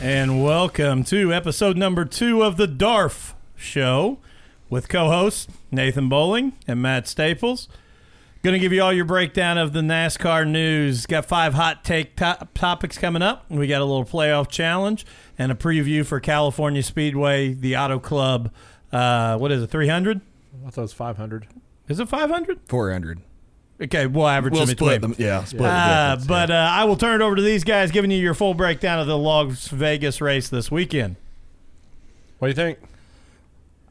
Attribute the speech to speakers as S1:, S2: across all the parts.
S1: And welcome to episode number two of the DARF show with co hosts Nathan Bowling and Matt Staples. Going to give you all your breakdown of the NASCAR news. Got five hot take to- topics coming up. We got a little playoff challenge and a preview for California Speedway, the Auto Club. Uh, what is it, 300?
S2: I thought it was 500.
S1: Is it 500?
S3: 400.
S1: Okay, we'll average
S3: We'll
S1: them
S3: split them. Ah, Yeah, split
S1: Uh,
S3: the difference.
S1: but uh, I will turn it over to these guys, giving you your full breakdown of the Las Vegas race this weekend.
S2: What do you think?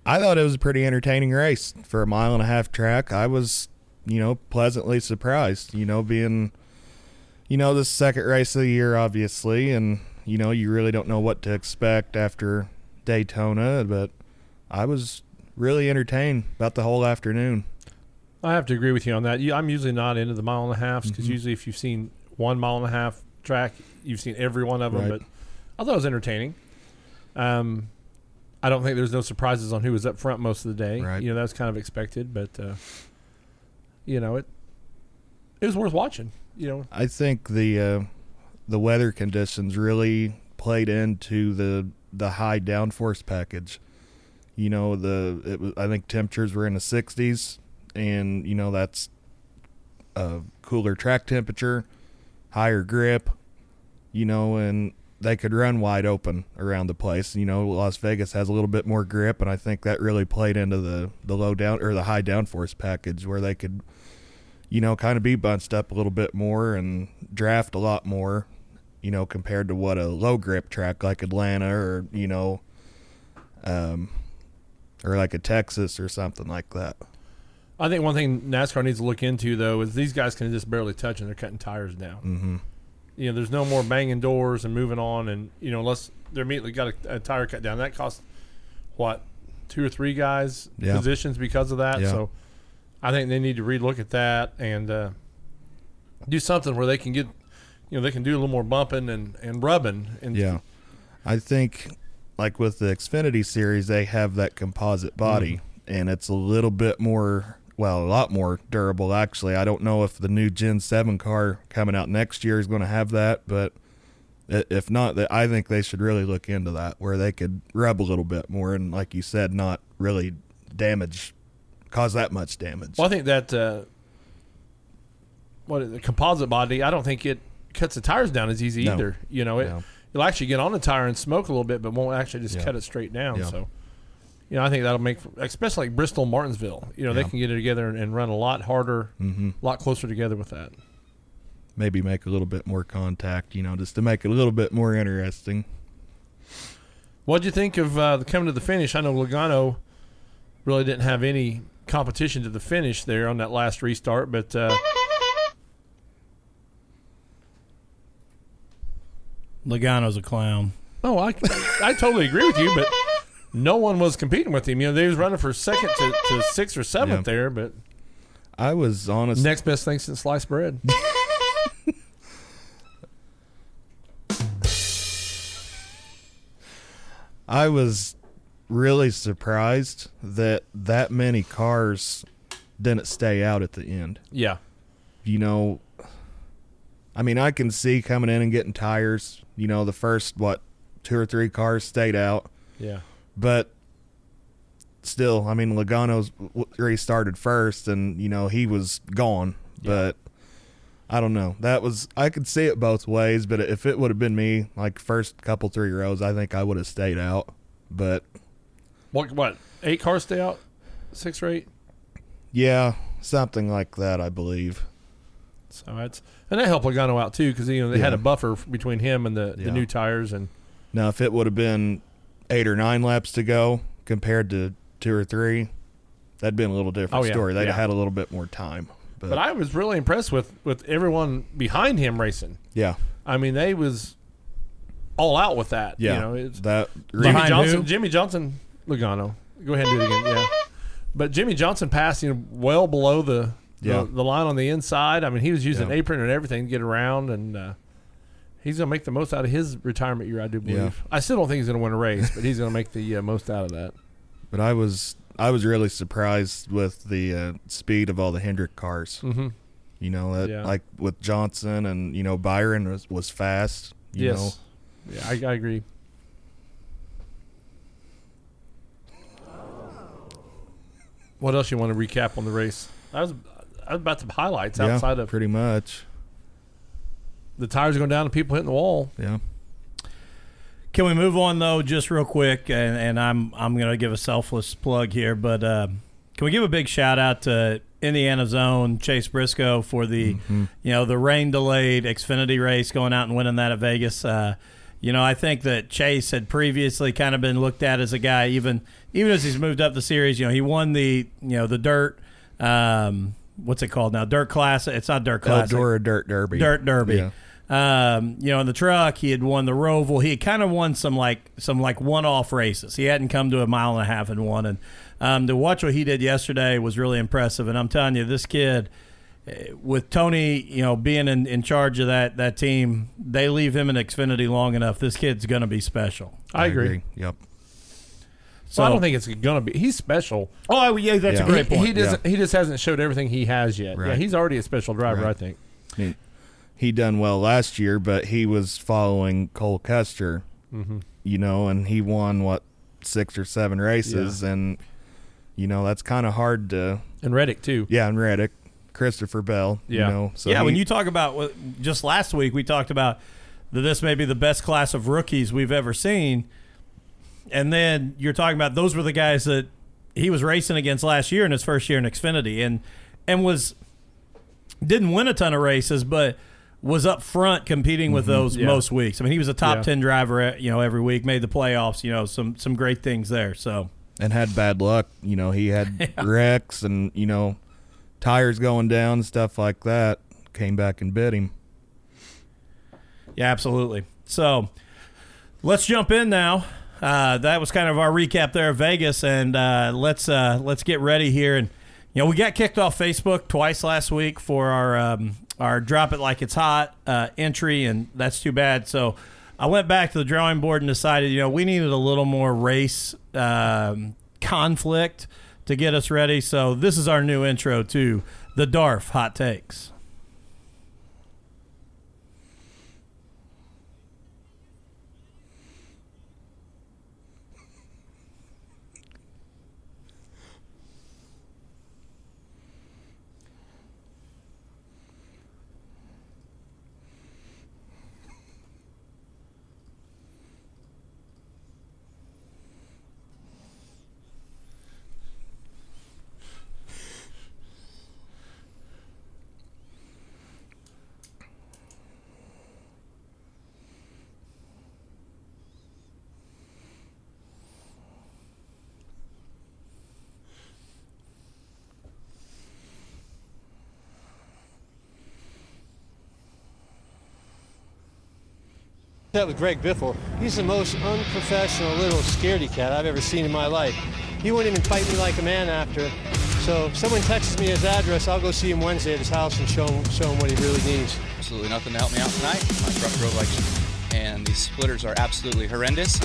S3: I thought it was a pretty entertaining race for a mile and a half track. I was, you know, pleasantly surprised, you know, being, you know, the second race of the year, obviously. And, you know, you really don't know what to expect after Daytona, but I was really entertained about the whole afternoon.
S2: I have to agree with you on that. You, I'm usually not into the mile and a halves because usually if you've seen one mile and a half track, you've seen every one of them.
S3: Right.
S2: But I thought it was entertaining. Um, I don't think there's no surprises on who was up front most of the day.
S3: Right.
S2: You know that was kind of expected, but uh, you know it. It was worth watching. You know,
S3: I think the uh, the weather conditions really played into the the high downforce package. You know, the it was, I think temperatures were in the 60s, and you know that's a cooler track temperature, higher grip. You know, and they could run wide open around the place. You know, Las Vegas has a little bit more grip, and I think that really played into the the low down or the high downforce package where they could you know, kind of be bunched up a little bit more and draft a lot more, you know, compared to what a low grip track like Atlanta or, you know, um, or like a Texas or something like that.
S2: I think one thing NASCAR needs to look into though is these guys can just barely touch and they're cutting tires now.
S3: Mm-hmm.
S2: you know, there's no more banging doors and moving on, and you know, unless they're immediately got a, a tire cut down, that cost what two or three guys
S3: Yeah.
S2: positions because of that.
S3: Yeah.
S2: So, I think they need to relook at that and uh, do something where they can get, you know, they can do a little more bumping and and rubbing. And
S3: Yeah. I think like with the Xfinity series, they have that composite body and it's a little bit more, well, a lot more durable actually. I don't know if the new Gen 7 car coming out next year is going to have that, but i- if not, that I think they should really look into that where they could rub a little bit more and like you said not really damage cause that much damage.
S2: Well, I think that uh, what is it, the composite body. I don't think it cuts the tires down as easy
S3: No.
S2: either. You know, it
S3: No.
S2: it'll actually get on the tire and smoke a little bit, but won't actually just
S3: Yeah.
S2: cut it straight down.
S3: Yeah.
S2: So, you know, I think that'll make, especially like Bristol Martinsville. You know, they
S3: Yeah.
S2: can get it together and, and run a lot harder,
S3: Mhm.
S2: a lot closer together with that.
S3: Maybe make a little bit more contact, you know, just to make it a little bit more interesting.
S2: What'd you think of uh, the coming to the finish? I know Logano really didn't have any competition to the finish there on that last restart, but uh,
S1: Logano's a clown.
S2: Oh, I, I totally agree with you, but no one was competing with him. You know, they was running for second to, to sixth or seventh
S3: Yeah.
S2: there, but
S3: I was honest
S2: next best thing since sliced bread.
S3: I was really surprised that that many cars didn't stay out at the end.
S2: yeah.
S3: You know, I mean, I can see coming in and getting tires. You know, the first, what, two or three cars stayed out.
S2: Yeah.
S3: But still, I mean, Logano's w- restarted first and, you know, he was gone.
S2: Yeah.
S3: But I don't know. That was, I could see it both ways. But if it would have been me, like first couple three rows, I think I would have stayed out. But
S2: What? What? Eight cars stay out, six or eight.
S3: Yeah, something like that, I believe.
S2: So that's and that helped Logano out too because you know they had
S3: Yeah.
S2: a buffer f- between him and the,
S3: Yeah.
S2: the new tires and
S3: Now, if it would have been eight or nine laps to go compared to two or three, that'd been a little different
S2: Oh, yeah,
S3: story. They'd
S2: yeah.
S3: have had a little bit more time. But,
S2: but I was really impressed with with everyone behind him racing.
S3: yeah,
S2: I mean, they was all out with that.
S3: yeah,
S2: You know, it's,
S3: that
S2: Jimmy
S1: Behind
S2: Johnson.
S1: who?
S2: Jimmy Johnson. Logano. Go ahead and do it again. Yeah. But Jimmy Johnson passed you know, well below the, the
S3: Yeah.
S2: the line on the inside. I mean, he was using
S3: Yeah.
S2: apron and everything to get around, and uh, he's going to make the most out of his retirement year. I do believe.
S3: Yeah.
S2: I still don't think he's going to win a race, but he's going to make the uh, most out of that.
S3: but I was I was really surprised with the uh, speed of all the Hendrick cars.
S2: Mm-hmm.
S3: You know, that,
S2: Yeah.
S3: like with Johnson and you know Byron was was fast. You
S2: Yes. Yeah, I, I agree. What else you want to recap on the race? I was, I was about to highlights outside
S3: yeah,
S2: of
S3: pretty much.
S2: the tires going down and people hitting the wall.
S3: Yeah.
S1: Can we move on though, just real quick? And, and I'm I'm gonna give a selfless plug here, but uh, can we give a big shout out to Indiana Zone Chase Briscoe for the you know the rain delayed Xfinity race going out and winning that at Vegas. Uh, you know, I think that Chase had previously kind of been looked at as a guy, even even as he's moved up the series. You know, he won the you know the dirt. Um, what's it called now? Dirt class. It's not dirt class.
S3: Eldora Dirt Derby.
S1: Dirt Derby. Um, you know, in the truck, he had won the Roval. He had kind of won some like some like one-off races. He hadn't come to a mile and a half and won. And um, to watch what he did yesterday was really impressive. And I'm telling you, this kid eh, with Tony, you know, being in, in charge of that that team, they leave him in Xfinity long enough. This kid's going to be special.
S2: I, agree.
S3: Yep.
S2: So I don't think it's going to be. He's special.
S1: Oh yeah, that's
S3: a Yeah. great
S2: he, He doesn't. He just hasn't showed everything he has yet. Yeah,
S3: Right.
S2: he's already a special driver.
S3: Right.
S2: I think.
S3: I mean, he done well last year, but he was following Cole Custer,
S1: Mm-hmm.
S3: you know, and he won what six or seven races, and you know that's kind of hard to.
S2: And Reddick too.
S3: Yeah, and Reddick, Christopher Bell,
S2: Yeah.
S3: you know, so
S1: yeah,
S3: he-
S1: when you talk about what- just last week, we talked about that this may be the best class of rookies we've ever seen, and then you're talking about those were the guys that he was racing against last year in his first year in Xfinity, and and was didn't win a ton of races, but was up front competing with those
S2: Yeah.
S1: most weeks. I mean, he was a top
S2: Yeah.
S1: ten driver, eh, you know, every week, made the playoffs, you know, some some great things there. So
S3: and had bad luck, you know, he had wrecks and you know tires going down, stuff like that. Came back and bit him.
S1: Yeah, absolutely. So let's jump in now. Uh, that was kind of our recap there of Vegas, and uh, let's uh, let's get ready here. And you know, we got kicked off Facebook twice last week for our um, our drop it like it's hot uh, entry, and that's too bad. So I went back to the drawing board and decided, you know, we needed a little more race um, conflict to get us ready. So this is our new intro to the Darf hot takes.
S4: That with Greg Biffle. He's the most unprofessional little scaredy cat I've ever seen in my life. He wouldn't even fight me like a man after. So if someone texts me his address, I'll go see him Wednesday at his house and show him, show him what he really needs.
S5: absolutely nothing to help me out tonight. My truck drove like shit, and these splitters are absolutely horrendous.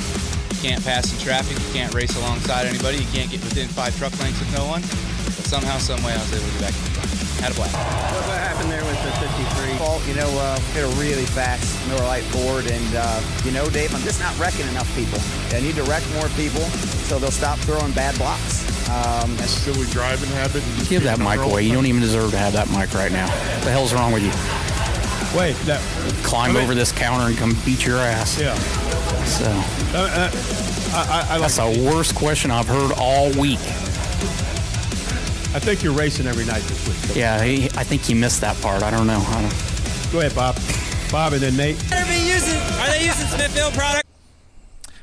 S5: You can't pass in traffic, you can't race alongside anybody, you can't get within five truck lengths of no one. But somehow, some way, I was able to get back in the truck. Had a blast.
S6: What happened there with the 53?
S7: fault, you know, uh, hit a really fast Miller Lite board, and uh, you know, Dave, I'm just not wrecking enough people. I need to wreck more people so they'll stop throwing bad blocks. Um,
S8: silly driving habit. and just
S9: Give that
S8: being a
S9: mic
S8: girl.
S9: away. You don't even deserve to have that mic right now. What the hell's wrong with you?
S2: Wait, that
S9: Climb over this counter and come beat your ass.
S2: yeah.
S9: So
S8: Uh, I, I, I, like,
S9: that's the worst question I've heard all week.
S8: I think you're racing every night this week.
S9: Yeah, he, I think he missed that part. I don't know. I don't,
S8: Go ahead, Bob. Bob and then Nate.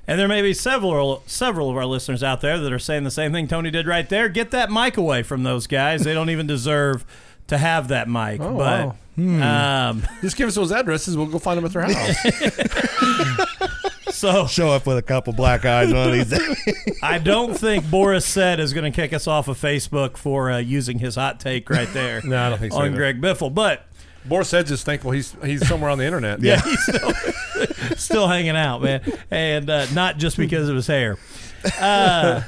S1: And there may be several several of our listeners out there that are saying the same thing Tony did right there. Get that mic away from those guys. They don't even deserve to have that mic.
S2: Oh,
S1: but
S2: wow.
S1: um,
S2: Just give us those addresses. We'll go find them at their house.
S1: so
S3: Show up with a couple black eyes one of these days.
S1: I don't think Boris said is going to kick us off of Facebook for uh, using his hot take right there.
S2: No, I don't think so
S1: on
S2: either.
S1: Greg Biffle, but
S2: Boris Edge is thankful he's he's somewhere on the internet.
S1: yeah, he's still, still hanging out, man, and uh, not just because of his hair. Uh,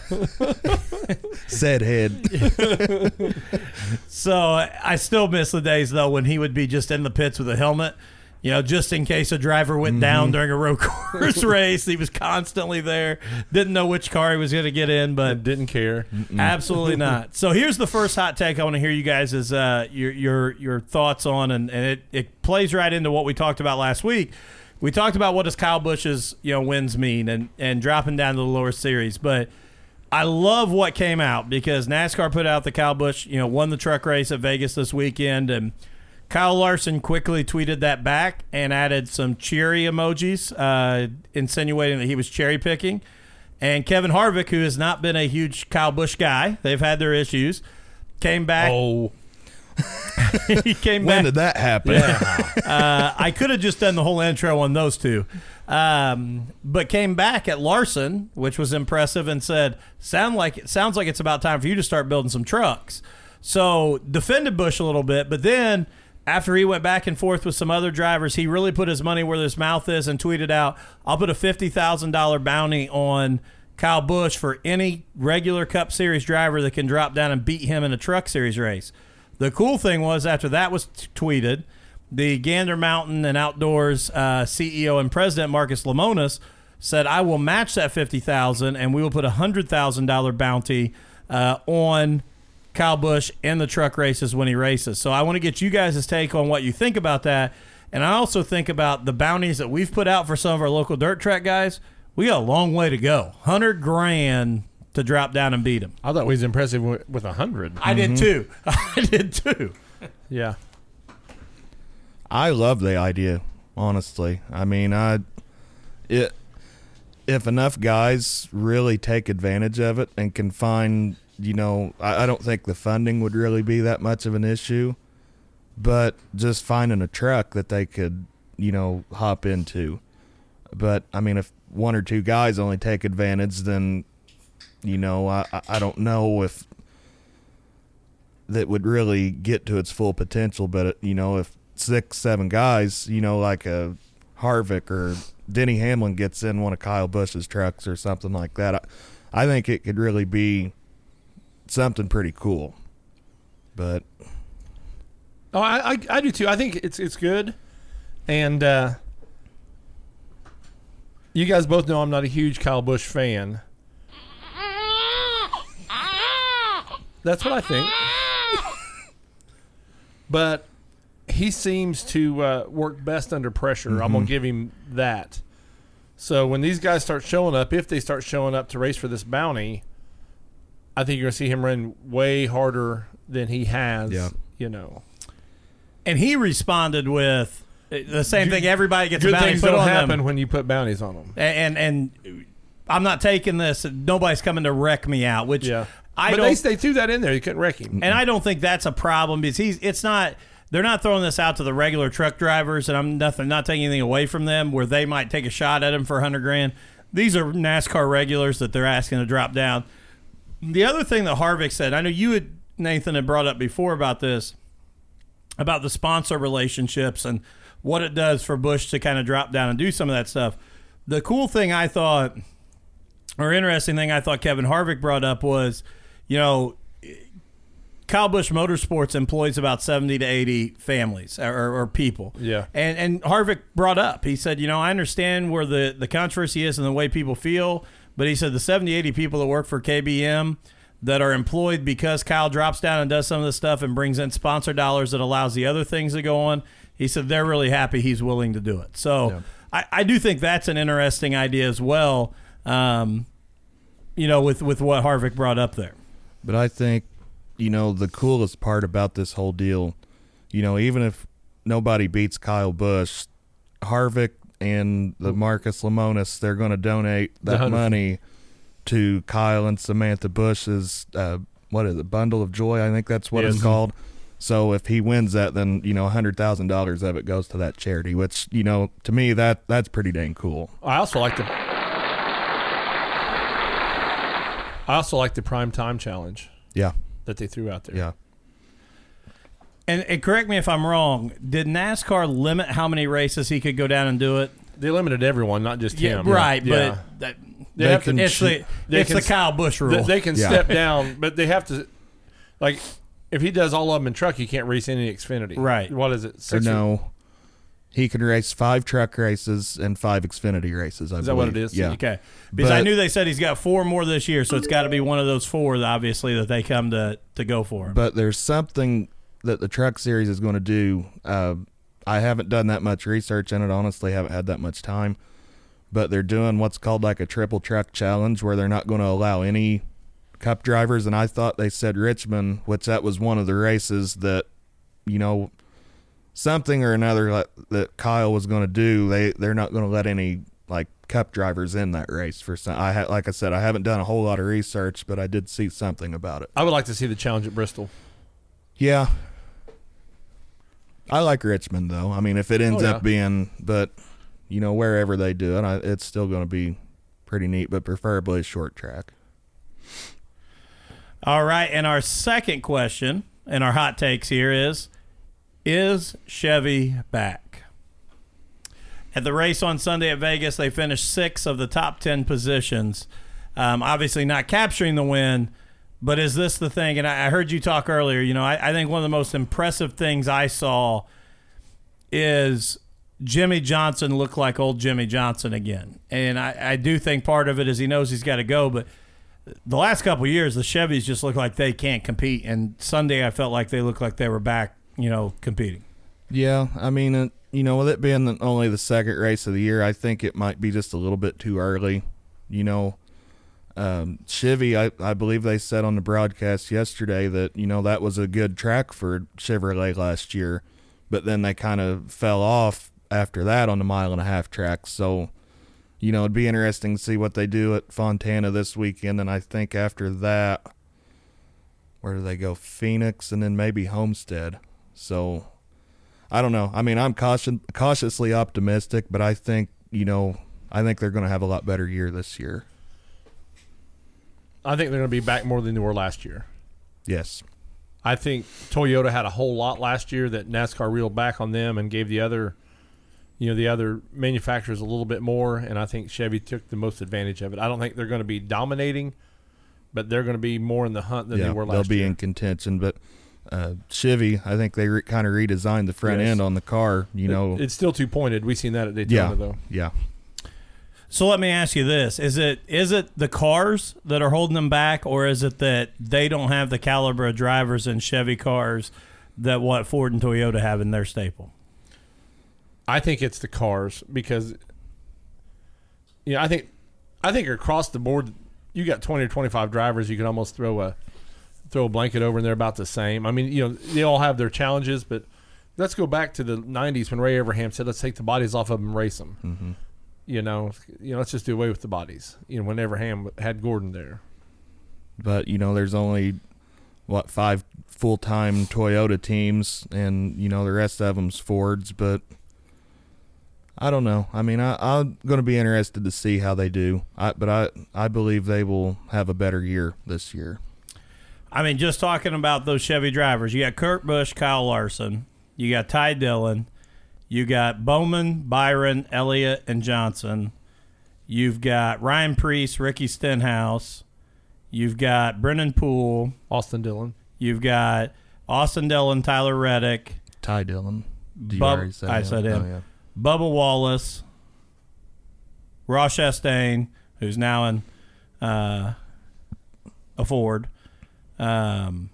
S3: Said head.
S1: So I I still miss the days though when he would be just in the pits with a helmet You know, just in case a driver went down during a road course race, he was constantly there. Didn't know which car he was going to get in, but
S2: Didn't care.
S1: Absolutely not. So here's the first hot take I want to hear you guys is uh, your your your thoughts on, and, and it, it plays right into what we talked about last week. We talked about what does Kyle Bush's you know wins mean, and and dropping down to the lower series, but. I love what came out because NASCAR put out the Kyle Busch, you know, won the truck race at Vegas this weekend, and Kyle Larson quickly tweeted that back and added some cheery emojis, uh, insinuating that he was cherry picking. And Kevin Harvick, who has not been a huge Kyle Busch guy, they've had their issues, came back.
S2: Oh,
S1: he came
S3: When
S1: back.
S3: did that happen?
S1: Uh, I could have just done the whole intro on those two. Um, but came back at Larson, which was impressive, and said, "Sound like it sounds like it's about time for you to start building some trucks." So defended Bush a little bit, but then after he went back and forth with some other drivers, he really put his money where his mouth is and tweeted out, "I'll put a fifty thousand dollar bounty on." Kyle Bush for any regular Cup Series driver that can drop down and beat him in a Truck Series race. The cool thing was after that was t- tweeted, the Gander Mountain and Outdoors uh, CEO and President Marcus Lemonis said, "I will match that fifty thousand, and we will put a hundred thousand dollar bounty uh, on Kyle Busch in the truck races when he races." So I want to get you guys' take on what you think about that, and I also think about the bounties that we've put out for some of our local dirt track guys. We got a long way to go. Hundred grand to drop down and beat them.
S2: I thought we was impressive with with a hundred.
S1: I did too. I did too.
S2: Yeah,
S3: I love the idea, honestly. I mean, I it if enough guys really take advantage of it and can find, you know, I, I don't think the funding would really be that much of an issue, but just finding a truck that they could, you know, hop into. But I mean, if one or two guys only take advantage, then you know, I I- I don't know if that would really get to its full potential. But uh, you know, if six, seven guys, you know, like a Harvick or Denny Hamlin gets in one of Kyle Bush's trucks or something like that, I, I think it could really be something pretty cool. But
S2: Oh, I, I, I do too. I think it's it's good, and uh, you guys both know I'm not a huge Kyle Bush fan. That's what I think. but he seems to uh, work best under pressure. I'm gonna give him that. So when these guys start showing up, if they start showing up to race for this bounty, I think you're gonna see him run way harder than he has.
S3: Yeah.
S2: You know.
S1: And he responded with the same thing everybody gets a
S2: Good
S1: bounty
S2: things
S1: put
S2: don't
S1: on
S2: happen
S1: them.
S2: when you put bounties on them.
S1: And, and and I'm not taking this. Nobody's coming to wreck me out, which I
S2: but
S1: don't.
S2: they, they threw that in there. You couldn't wreck him.
S1: and I don't think that's a problem because he's. It's not. They're not throwing this out to the regular truck drivers, and I'm nothing. Not taking anything away from them where they might take a shot at him for hundred grand. These are NASCAR regulars that they're asking to drop down. The other thing that Harvick said, I know you had Nathan had brought up before about this, about the sponsor relationships and what it does for Bush to kind of drop down and do some of that stuff. The cool thing I thought, or interesting thing I thought Kevin Harvick brought up was, you know, Kyle Busch Motorsports employs about 70 to 80 families or, or people.
S2: Yeah.
S1: And and Harvick brought up, he said, you know, I understand where the, the controversy is and the way people feel, but he said the 70, 80 people that work for KBM that are employed because Kyle drops down and does some of this stuff and brings in sponsor dollars that allows the other things to go on. He said they're really happy he's willing to do it. So I, I do think that's an interesting idea as well, um, you know, with, with what Harvick brought up there.
S3: But I think, you know, the coolest part about this whole deal, you know, even if nobody beats Kyle Bush, Harvick and the Marcus Lemonis, they're going to donate that
S2: hundred-
S3: money to Kyle and Samantha Bush's, uh, what is it, Bundle of Joy? I think that's what it's
S2: Yes.
S3: called. So if he wins that, then you know, hundred thousand dollars of it goes to that charity. Which you know, to me, that that's pretty dang cool.
S2: I also like the. I also like the prime time challenge
S3: Yeah,
S2: that they threw out there.
S3: yeah.
S1: And, and correct me if I'm wrong. Did NASCAR limit how many races he could go down and do it?
S2: They limited everyone, not just him.
S1: right.
S2: Yeah.
S1: But that,
S2: They have to-
S1: it's the
S2: they
S1: it's
S2: can-
S1: the Kyle Busch
S2: Th-
S1: rule.
S2: they can
S3: Yeah.
S2: step down, but they have to. Like, if he does all of them in truck, he can't race any Xfinity.
S1: Right.
S2: What is it?
S3: Or
S2: Six
S3: no, He can race five truck races and five Xfinity races. I
S2: Is that what it
S3: believe.
S2: is?
S3: Yeah.
S1: Okay. Because I
S3: But-
S1: knew they said he's got four more this year, so it's got to be one of those four, that obviously, that they come to, to go for him.
S3: but there's something that the truck series is going to do. Uh, I haven't done that much research in it, honestly, haven't had that much time. But they're doing what's called like a triple truck challenge where they're not going to allow any cup drivers. And I thought they said Richmond, which that was one of the races that, you know, something or another like, that Kyle was going to do. They, they're not going to let any like cup drivers in that race for some. I ha- like I said, I haven't done a whole lot of research, but I did see something about it.
S2: I would like to see the challenge at Bristol.
S3: Yeah. I like Richmond though. I mean, if it ends
S2: Oh, yeah.
S3: up being, but you know, wherever they do it, I, it's still going to be pretty neat, but preferably a short track.
S1: All right. And our second question and our hot takes here is Is Chevy back? At the race on Sunday at Vegas, they finished six of the top 10 positions. Um, obviously, not capturing the win, but is this the thing? And I, I heard you talk earlier. You know, I, I think one of the most impressive things I saw is Jimmy Johnson look like old Jimmy Johnson again. And I, I do think part of it is he knows he's got to go, but the last couple of years, the Chevys just look like they can't compete. And Sunday, I felt like they looked like they were back, you know, competing.
S3: Yeah, I mean, it, you know, with it being the, only the second race of the year, I think it might be just a little bit too early. You know, um, Chivy, I, I believe they said on the broadcast yesterday that you know that was a good track for Chevrolet last year, but then they kind of fell off after that on the mile and a half track. So, you know, it'd be interesting to see what they do at Fontana this weekend, and I think after that, where do they go? Phoenix, and then maybe Homestead. So I don't know. I mean, I'm caution, cautiously optimistic, but I think you know, I think they're going to have a lot better year this year.
S2: I think they're going to be back more than they were last year.
S3: Yes.
S2: I think Toyota had a whole lot last year that NASCAR reeled back on them and gave the other, you know, the other manufacturers a little bit more. And I think Chevy took the most advantage of it. I don't think they're going to be dominating, but they're going to be more in the hunt than they were
S3: will
S2: last
S3: be
S2: year.
S3: in contention, but uh, Chivy, I think they re- kind of redesigned the front
S2: Yes.
S3: end on the car. You know,
S2: It's still two pointed. We've seen that at Daytona,
S3: yeah,
S2: though.
S3: yeah.
S1: So let me ask you this: Is it is it the cars that are holding them back, or is it that they don't have the caliber of drivers in Chevy cars that what Ford and Toyota have in their staple?
S2: I think it's the cars because you know, I think I think across the board you got twenty or twenty five drivers you can almost throw a throw a blanket over and they're about the same. I mean, you know, they all have their challenges, but let's go back to the nineties when Ray Abraham said, Let's take the bodies off of them and race them. You know, you know, let's just do away with the bodies. You know, when Abraham had Gordon there.
S3: But you know, there's only what five full time Toyota teams, and you know the rest of them's Fords. But I don't know. I mean, I, I'm going to be interested to see how they do. I, but I I believe they will have a better year this year.
S1: I mean, just talking about those Chevy drivers, you got Kurt Busch, Kyle Larson, you got Ty Dillon, you got Bowman, Byron, Elliott, and Johnson. You've got Ryan Priest, Ricky Stenhouse. You've got Brennan Poole.
S2: Austin Dillon.
S1: You've got Austin Dillon, Tyler Reddick,
S3: Ty Dillon. Do
S1: Bub-
S3: already say
S1: I
S3: him?
S1: said him.
S3: Oh, yeah.
S1: Bubba Wallace, Ross Chastain, who's now in uh, a Ford. Um,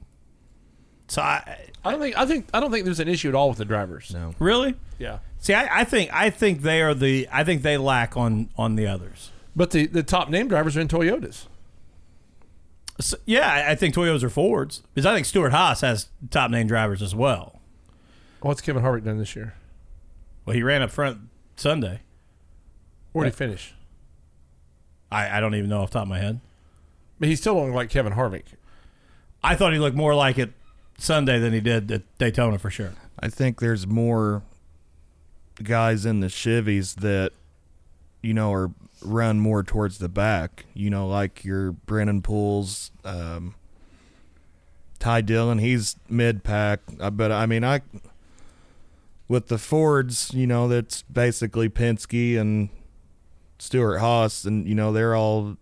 S1: so I
S2: I don't think I think I don't think there's an issue at all with the drivers.
S3: No.
S1: really
S2: Yeah.
S1: see. I, I think I think they are the. I think they lack on on the others.
S2: But the, the top name drivers are in Toyotas.
S1: So, yeah, I- I think Toyotas are Fords because I think Stuart Haas has top name drivers as well.
S2: What's Kevin Harvick done this year?
S1: Well, he ran up front Sunday.
S2: Where would he finish?
S1: I, I don't even know off the top of my head.
S2: But he still don't look like Kevin Harvick.
S1: I thought he looked more like it Sunday than he did at Daytona for sure.
S3: I think there's more guys in the Chivys that you know are run more towards the back. You know, like your Brennan Pools, um, Ty Dillon. He's mid pack, Uh, but I mean, I with the Fords, you know, that's basically Penske and Stuart Haas, and you know they're all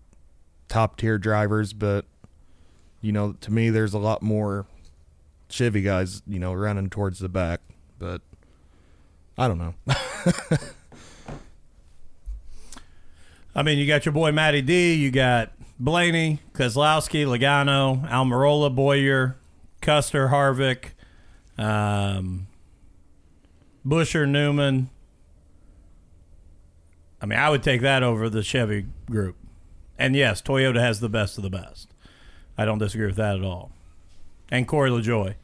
S3: top tier drivers, but you know, to me, there's a lot more Chevy guys, you know, running towards the back, but I don't know.
S1: I mean, you got your boy Matty D, you got Blaney, Kozlowski, Logano, Almirola, Boyer, Custer, Harvick, um, Busher, Newman. I mean, I would take that over the Chevy group. And yes, Toyota has the best of the best. I don't disagree with that at all. And Corey LaJoy.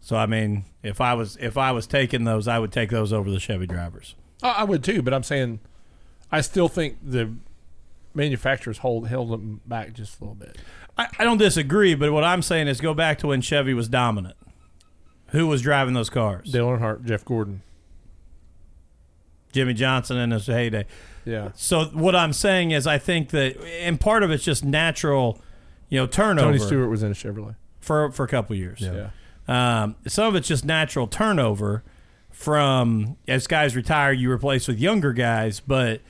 S1: So I mean, if I was if I was taking those, I would take those over the Chevy drivers.
S2: I I would too, but I'm saying I still think the manufacturers hold held them back just a little bit.
S1: I, I don't disagree, but what I'm saying is go back to when Chevy was dominant. Who was driving those cars?
S2: Dale Earnhardt, Jeff Gordon.
S1: Jimmy Johnson in his heyday.
S2: Yeah.
S1: So what I'm saying is, I think that, and part of it's just natural, you know, turnover.
S2: Tony Stewart was in a Chevrolet.
S1: for for a couple years.
S2: Yeah.
S1: Um, some of it's just natural turnover from as guys retire, you replace with younger guys. But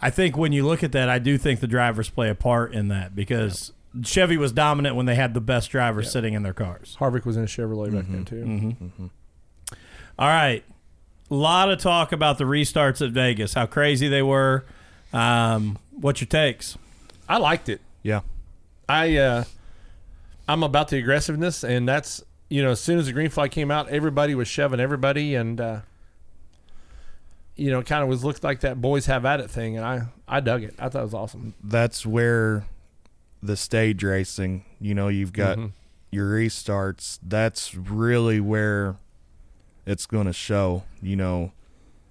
S1: I think when you look at that, I do think the drivers play a part in that because Chevy was dominant when they had the best drivers sitting in their cars.
S2: Harvick was in a Chevrolet back then too.
S1: All right. A lot of talk about the restarts at Vegas, how crazy they were. Um, what's your takes?
S2: I liked it.
S3: Yeah.
S2: I uh, I'm about the aggressiveness, and that's you know as soon as the green flag came out, everybody was shoving everybody, and uh, you know kind of was looked like that boys have at it thing, and I I dug it. I thought it was awesome.
S3: that's where the stage racing, you know, you've got your restarts. That's really where it's going to show. You know,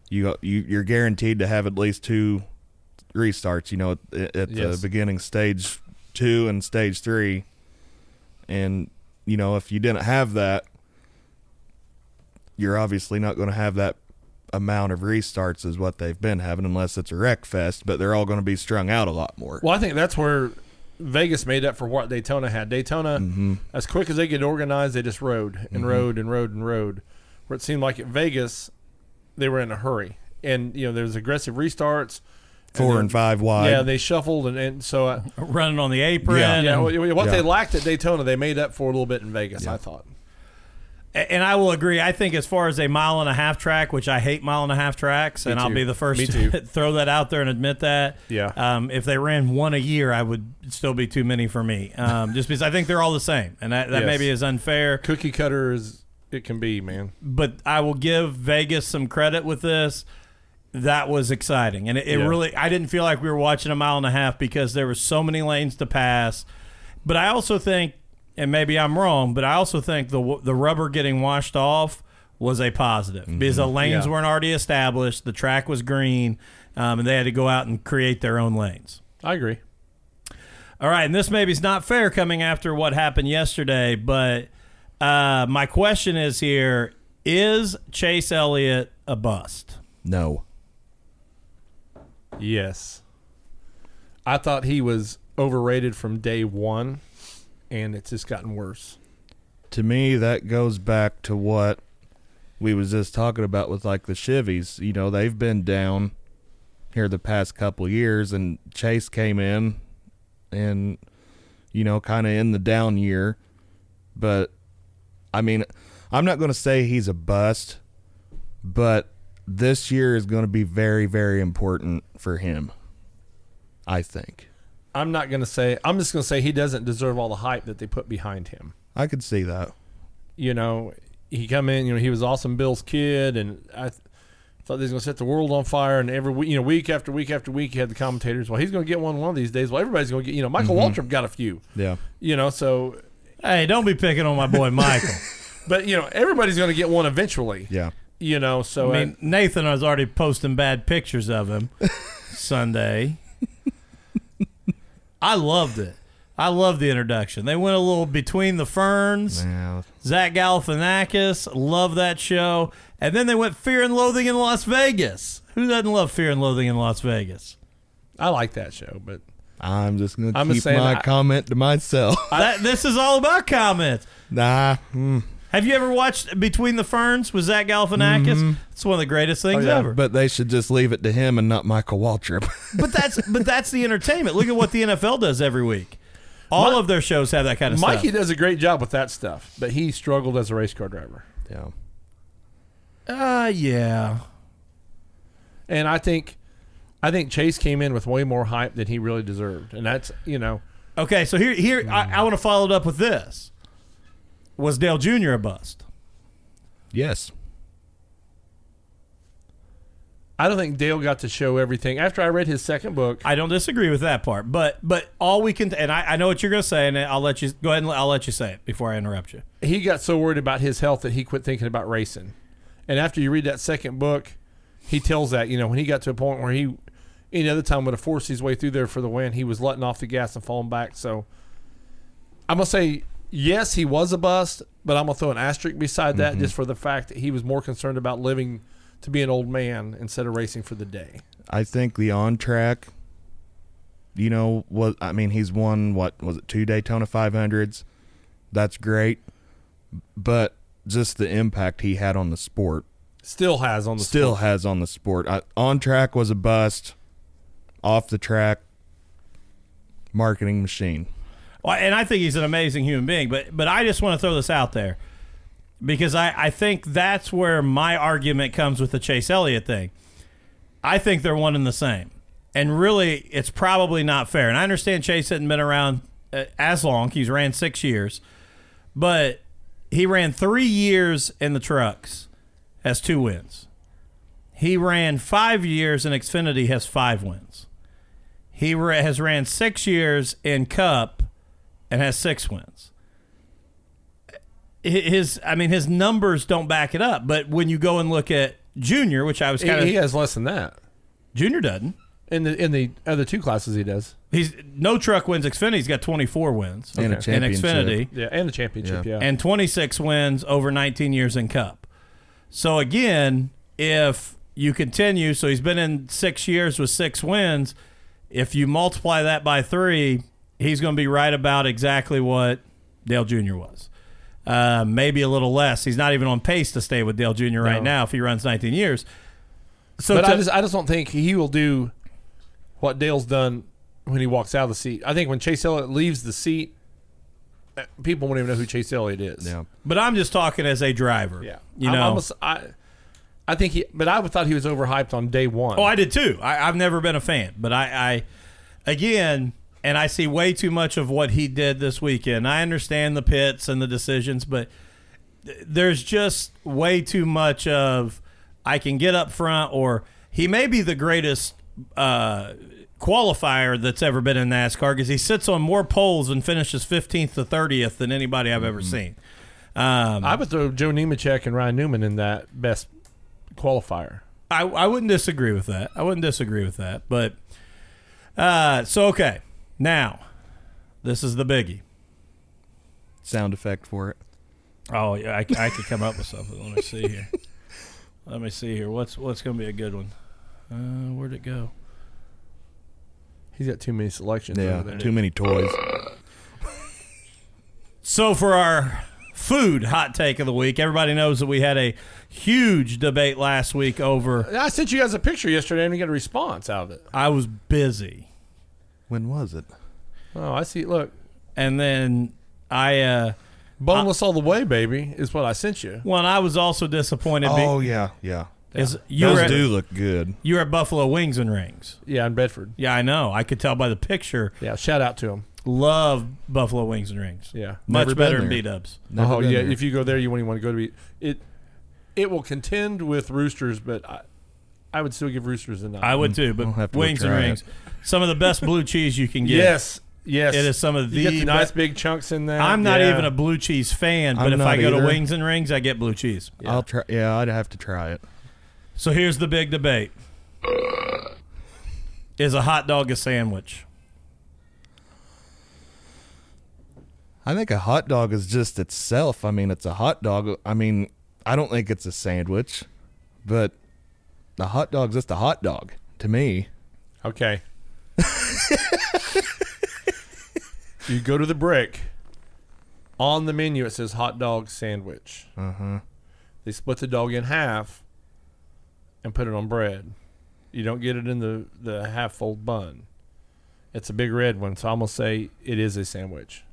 S3: you, you you're guaranteed to have at least two restarts. You know, at, at
S2: Yes.
S3: the beginning, stage two and stage three, and you know if you didn't have that, you're obviously not going to have that amount of restarts as what they've been having unless it's a wreck fest but they're all going to be strung out a lot more
S2: Well, I think that's where Vegas made up for what Daytona had. Daytona, as quick as they could organize, they just rode and rode and rode and rode. Where it seemed like at Vegas, they were in a hurry, and you know there was aggressive restarts.
S3: four and five wide.
S2: yeah, they shuffled, and, and so I,
S1: Running on the apron.
S3: Yeah.
S2: Yeah,
S1: and-
S2: well, what
S3: Yeah.
S2: they lacked at Daytona, they made up for a little bit in Vegas. I thought.
S1: A- And I will agree. I think as far as a mile and a half track, which I hate mile and a half tracks, and I'll
S2: too.
S1: be the first
S2: Me
S1: to
S2: too.
S1: throw that out there and admit that.
S2: Yeah.
S1: Um, if they ran one a year, I would still be too many for me. Um, just because I think they're all the same, and that, that
S2: Yes.
S1: maybe is unfair.
S2: Cookie cutter is it can be, man.
S1: But I will give Vegas some credit with this. That was exciting, and it, it
S2: Yeah.
S1: really. I didn't feel like we were watching a mile and a half because there were so many lanes to pass. But I also think, and maybe I'm wrong, but I also think the the rubber getting washed off was a positive because the lanes
S2: Mm-hmm. Yeah.
S1: weren't already established, the track was green, um, and they had to go out and create their own lanes.
S2: I agree.
S1: All right, and this maybe is not fair coming after what happened yesterday, but uh, my question is here: Is Chase Elliott a bust?
S3: no.
S2: Yes. I thought he was overrated from day one, and it's just gotten worse.
S3: To me, that goes back to what we was just talking about with like the Chivvies. You know, they've been down here the past couple years, and Chase came in, and you know, kind of in the down year. But I mean, I'm not going to say he's a bust, but this year is going to be very, very important for him. I think
S2: I'm not going to say. I'm just going to say he doesn't deserve all the hype that they put behind him.
S3: I could see that.
S2: you know, he come in, you know, he was awesome Bill's kid, and I th- thought he was going to set the world on fire. And every week, you know, week after week after week, he had the commentators. Well, he's going to get one one of these days. Well, everybody's going to get, you know, Michael
S1: Mm-hmm.
S2: Waltrip got a few,
S3: Yeah.
S2: you know, so,
S1: Hey, don't be picking on my boy Michael.
S2: but, you know, everybody's going to get one eventually,
S3: Yeah.
S2: you know, so,
S1: I mean, Nathan was already posting bad pictures of him Sunday. I loved it. I loved the introduction. They went a little between the ferns.
S3: Yeah.
S1: Zach Galifianakis, love that show. And then they went Fear and Loathing in Las Vegas. Who doesn't love Fear and Loathing in Las Vegas?
S2: I like that show, but
S3: I'm just gonna
S2: I'm just
S3: keep
S2: saying,
S3: my
S2: I-
S3: comment to myself.
S1: That- this is all about comments.
S3: nah, mm.
S1: Have you ever watched Between the Ferns with Zach Galifianakis? It's one of the greatest things ever.
S3: but they should just leave it to him and not Michael Waltrip.
S1: But that's but that's the entertainment. Look at what the NFL does every week. All of their shows have that kind of
S2: Mikey
S1: stuff.
S2: does a great job with that stuff, but he struggled as a race car driver.
S3: yeah,
S1: Uh yeah.
S2: And I think, I think Chase came in with way more hype than he really deserved, and that's you know,
S1: Okay, so here, here I, I want to follow it up with this. Was Dale Jr. a bust?
S3: Yes.
S2: I don't think Dale got to show everything. After I read his second book,
S1: I don't disagree with that part, but but all we can, and I, I know what you're going to say, and I'll let you go ahead and I'll let you say it before I interrupt you.
S2: he got so worried about his health that he quit thinking about racing. And after you read that second book, he tells that, you know, when he got to a point where he any other time would have forced his way through there for the win, he was letting off the gas and falling back. So I'm gonna say yes, he was a bust, but I'm gonna throw an asterisk beside that just for the fact that he was more concerned about living to be an old man instead of racing for the day.
S3: I think the on track, you know, was I mean, he's won what was it two Daytona 500s. That's great, but just the impact he had on the sport
S2: Still has on the
S3: still has on the sport. I, on track was a bust. Off the track, marketing machine.
S1: Well, and I think he's an amazing human being, but but I just want to throw this out there because I, I think that's where my argument comes with the Chase Elliott thing. I think they're one and the same. And really, it's probably not fair. And I understand Chase hadn't been around uh, as long. He's ran six years, but he ran three years in the trucks, has two wins. He ran five years in Xfinity, has five wins. He ra- has ran six years in Cup and has six wins. His, I mean, his numbers don't back it up. But when you go and look at Junior, which I was
S2: he,
S1: kind of
S2: he has less than that.
S1: Junior doesn't.
S2: In the in the other two classes he does.
S1: He's no truck wins Xfinity. He's got 24 wins
S3: And a
S2: Okay.
S1: in
S3: championship.
S1: Xfinity
S2: Yeah, and the championship, yeah.
S1: and 26 wins over 19 years in Cup. So again, if you continue, so he's been in six years with six wins. If you multiply that by three, he's going to be right about exactly what Dale Jr. was. Uh, maybe a little less. He's not even on pace to stay with Dale Jr. right
S2: No.
S1: now if he runs 19 years. So
S2: but I
S1: to-
S2: just I just don't think he will do what Dale's done when he walks out of the seat. I think when Chase Elliott leaves the seat, uh, people won't even know who Chase Elliott is.
S3: Yeah.
S1: but I'm just talking as a driver.
S2: yeah.
S1: you
S2: I'm
S1: know.
S2: almost- I, I think he, but I thought he was overhyped on day one.
S1: Oh, I did too. I, I've never been a fan, but I, I, again, and I see way too much of what he did this weekend. I understand the pits and the decisions, but th- there's just way too much of I can get up front, or he may be the greatest uh, qualifier that's ever been in NASCAR because he sits on more poles and finishes 15th to 30th than anybody I've ever seen. Um,
S2: I would throw Joe Nemechek and Ryan Newman in that best qualifier.
S1: I, I wouldn't disagree with that. I wouldn't disagree with that. But uh, so okay, now this is the biggie.
S3: Sound effect for it.
S1: Oh yeah, I, I could come up with something. Let me see here. Let me see here. What's what's going to be a good one? Uh, where'd it go?
S2: He's got too many selections.
S3: Yeah.
S2: over there.
S3: Too many toys.
S1: So for our food hot take of the week, everybody knows that we had a huge debate last week over.
S2: I sent you guys a picture yesterday, and we got a response out of it.
S1: I was busy,
S3: When was it?
S2: Oh, I see. Look,
S1: and then I uh,
S2: boneless all the way, baby, is what I sent you.
S1: when I was also disappointed. be-
S3: Oh yeah, yeah.
S1: is you were
S3: Those
S1: at,
S3: do look good.
S1: you were at Buffalo Wings and Rings.
S2: Yeah, in Bedford.
S1: Yeah, I know. I could tell by the picture.
S2: Yeah, shout out to him.
S1: Love Buffalo Wings and Rings.
S2: Yeah.
S1: Much
S3: Never been
S1: better than
S3: there.
S1: B Dubs.
S3: Never
S2: oh
S3: been
S2: yeah,
S3: there.
S2: if you go there, you wouldn't want to go to eat. it. It will contend with Roosters, but I, I would still give Roosters a nine.
S1: I would too,
S3: Mm, I'll
S1: but
S3: have to go
S1: Wings and
S3: try it.
S1: Rings. Some of the best blue cheese you can get.
S2: yes, yes,
S1: It is some of
S2: You
S1: the
S2: get the nice
S1: be-
S2: big chunks in there.
S1: I'm not
S2: Yeah.
S1: even a blue cheese fan, but
S3: I'm
S1: if
S3: not
S1: I go to
S3: either.
S1: Wings and Rings, I get blue cheese.
S3: I'll try. Yeah, I'd have to try it.
S1: So here's the big debate Is a hot dog a sandwich?
S3: I think a hot dog is just itself. I mean, it's a hot dog. I mean, I don't think it's a sandwich, but a hot dog's just a hot dog to me.
S2: okay. you go to the brick. On the menu, it says hot dog sandwich. Uh-huh.
S3: Mm-hmm.
S2: They split the dog in half and put it on bread. You don't get it in the, the half fold bun. It's a big red one, so I'm going to say it is a sandwich.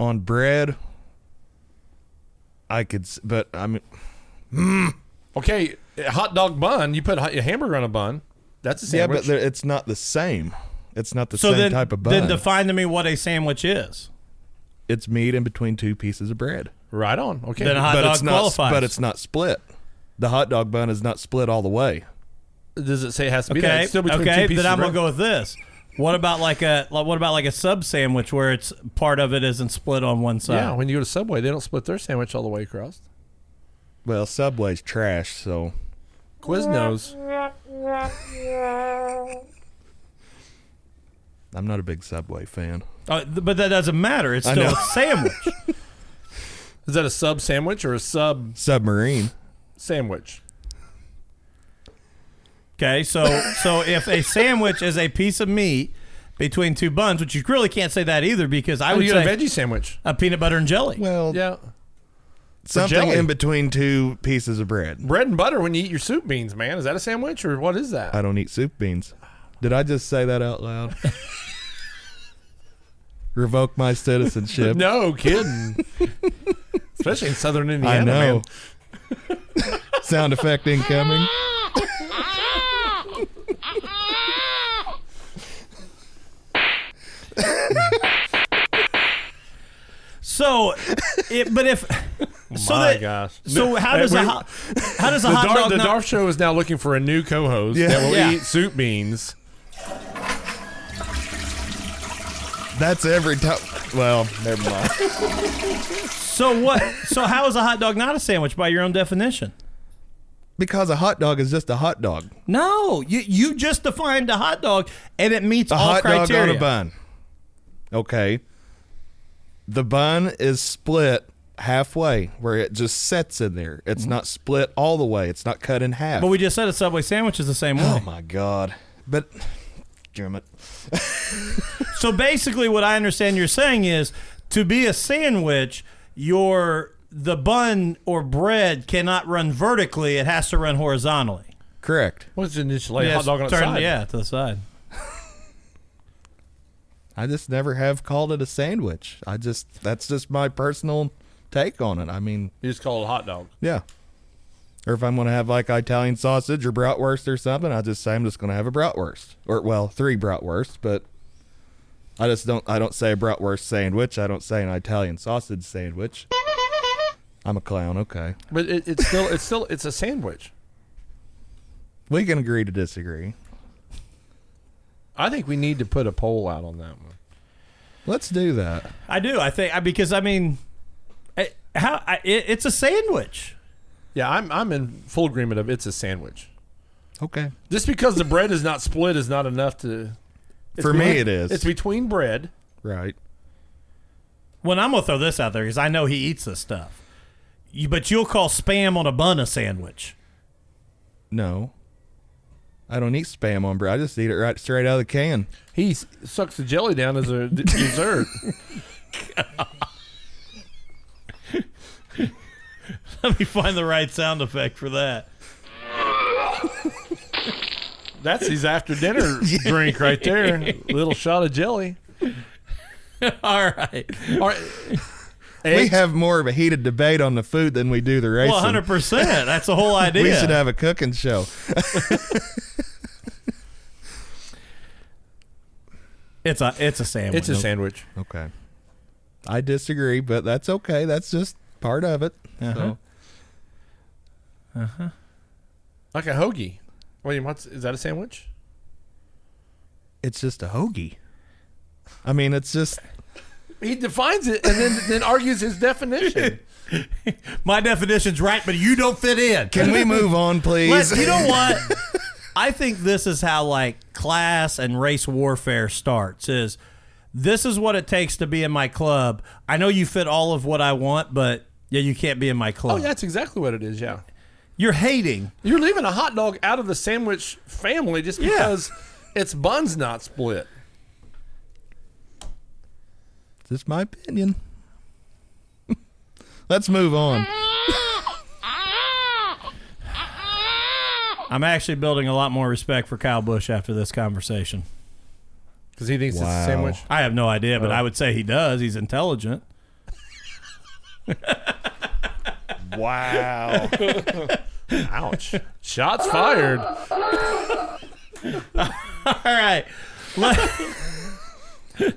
S3: On bread, I could, s- but I mean,
S2: Okay, a hot dog bun. You put a hot- a hamburger on a bun. That's a
S3: Yeah,
S2: sandwich.
S3: but they're- it's not the same. It's not the
S1: So
S3: same
S1: then,
S3: type of bun.
S1: then define to me what a sandwich is.
S3: it's meat in between two pieces of bread.
S2: right on. Okay.
S1: Then a hot
S3: but
S1: dog
S3: it's not.
S1: qualifies.
S3: But it's not split. The hot dog bun is not split all the way.
S2: Does it say it has to be that?
S1: okay.
S2: It's still between
S1: okay.
S2: two pieces
S1: Then I'm
S2: of
S1: gonna
S2: bread.
S1: go with this. What about like a like, what about like a sub sandwich where it's part of it isn't split on one side?
S2: Yeah, when you go to Subway, they don't split their sandwich all the way across.
S3: Well, Subway's trash, so
S2: Quiznos.
S3: I'm not a big Subway fan.
S1: Uh, th- but that doesn't matter. It's
S3: I
S1: still
S3: know.
S1: a sandwich.
S2: Is that a sub sandwich or a sub
S3: Submarine.
S2: sandwich?
S1: Okay, so so if a sandwich is a piece of meat between two buns, which you really can't say that either because I
S2: Oh,
S1: would
S2: you get a
S1: say
S2: veggie sandwich.
S1: a peanut butter and jelly.
S3: Well,
S2: Yeah.
S3: something
S2: jelly.
S3: in between two pieces of bread.
S2: Bread and butter when you eat your soup beans, man. Is that a sandwich or what is that?
S3: I don't eat soup beans. Did I just say that out loud? Revoke my citizenship.
S2: No kidding. Especially in southern Indiana,
S3: I know.
S2: man.
S3: Sound effect incoming.
S1: So, it, but if so
S2: My
S1: that
S2: gosh.
S1: so how does a hot how does a
S2: The,
S1: hot
S2: Dar-
S1: dog
S2: the
S1: not-
S2: Darf Show is now looking for a new co-host that will
S1: Yeah.
S2: eat soup beans.
S3: That's every time. Well, never mind.
S1: so what so how is a hot dog not a sandwich by your own definition?
S3: Because a hot dog is just a hot dog.
S1: No, you you just defined a hot dog and it meets
S3: A
S1: all
S3: hot
S1: criteria.
S3: dog on a bun. Okay. The bun is split halfway where it just sets in there. It's not split all the way. It's not cut in half.
S1: Mm-hmm. But we just said a Subway sandwich is the same
S3: oh
S1: way.
S3: my god. But Dermot.
S1: So basically, what I understand you're saying is to be a sandwich, your the bun or bread cannot run vertically; it has to run horizontally.
S3: Correct.
S2: What's an inch like
S1: Yes,
S2: hot dog on
S1: turn-
S2: the side?
S1: yeah, to the side.
S3: I just never have called it a sandwich. I just that's just my personal take on it. I mean,
S2: You just call it a hot dog.
S3: yeah. Or if I'm gonna have like Italian sausage or bratwurst or something, I just say I'm just gonna have a bratwurst. Or well, three bratwursts, but I just don't I don't say a bratwurst sandwich. I don't say an Italian sausage sandwich. I'm a clown, okay.
S2: But it, it's still it's still it's a sandwich.
S3: We can agree to disagree.
S2: I think we need to put a poll out on that one.
S3: Let's do that.
S1: I do. I think I- because I mean, I, how I, it, it's a sandwich.
S2: Yeah, I'm I'm in full agreement of it's a sandwich.
S3: Okay.
S2: Just because the bread is not split is not enough to. it's
S3: For me,
S2: between-
S3: it is.
S2: It's between bread.
S3: Right.
S1: When I'm gonna throw this out there because I know he eats this stuff, you, but you'll call spam on a bun a sandwich.
S3: No. I don't eat spam on bread. I just eat it right straight out of the can.
S2: He s- sucks the jelly down as a d- dessert.
S1: Let me find the right sound effect for that.
S2: That's his after dinner drink right there. Little shot of jelly.
S1: All right.
S2: All right.
S3: We
S2: Eggs-
S3: have more of a heated debate on the food than we do the racing.
S1: Well, hundred percent. That's the whole idea.
S3: We should have a cooking show.
S1: It's a it's a sandwich.
S2: it's a sandwich.
S3: Okay. I disagree, but that's okay. That's just part of it.
S2: Uh-huh.
S3: So
S2: Like a hoagie. Wait, what's is that a sandwich?
S3: it's just a hoagie. I mean, it's just
S2: He defines it and then then argues his definition.
S1: My definition's right, but you don't fit in.
S3: Can we move on, please?
S1: Let- you know what? I think this is how like class and race warfare starts. Is this is what it takes to be in my club? I know you fit all of what I want, but yeah, you can't be in my
S2: Oh,
S1: club.
S2: that's exactly what it is. Yeah.
S1: You're hating.
S2: You're leaving a hot dog out of the sandwich family just
S1: Yeah.
S2: because its bun's not split.
S3: It's just my opinion. Let's move on.
S1: I'm actually building a lot more respect for Kyle Bush after this conversation.
S2: Because he thinks it's a
S3: Wow.
S2: sandwich.
S1: I have no idea, but I would say he does. He's intelligent.
S3: Wow.
S2: Ouch. Shots fired.
S1: All right. Let-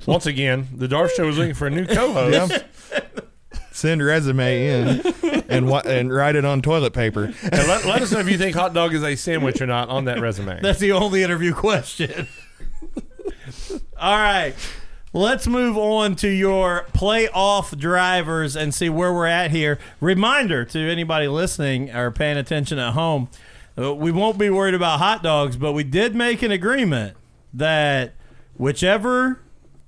S2: Once again, the Darf Show is looking for a new co-host.
S3: Yeah. Send resume in and wa- and write it on toilet paper.
S2: And let, let us know if you think hot dog is a sandwich or not on that resume.
S1: That's the only interview question. All right. Let's move on to your playoff drivers and see where we're at here. Reminder to anybody listening or paying attention at home uh, we won't be worried about hot dogs, but we did make an agreement that whichever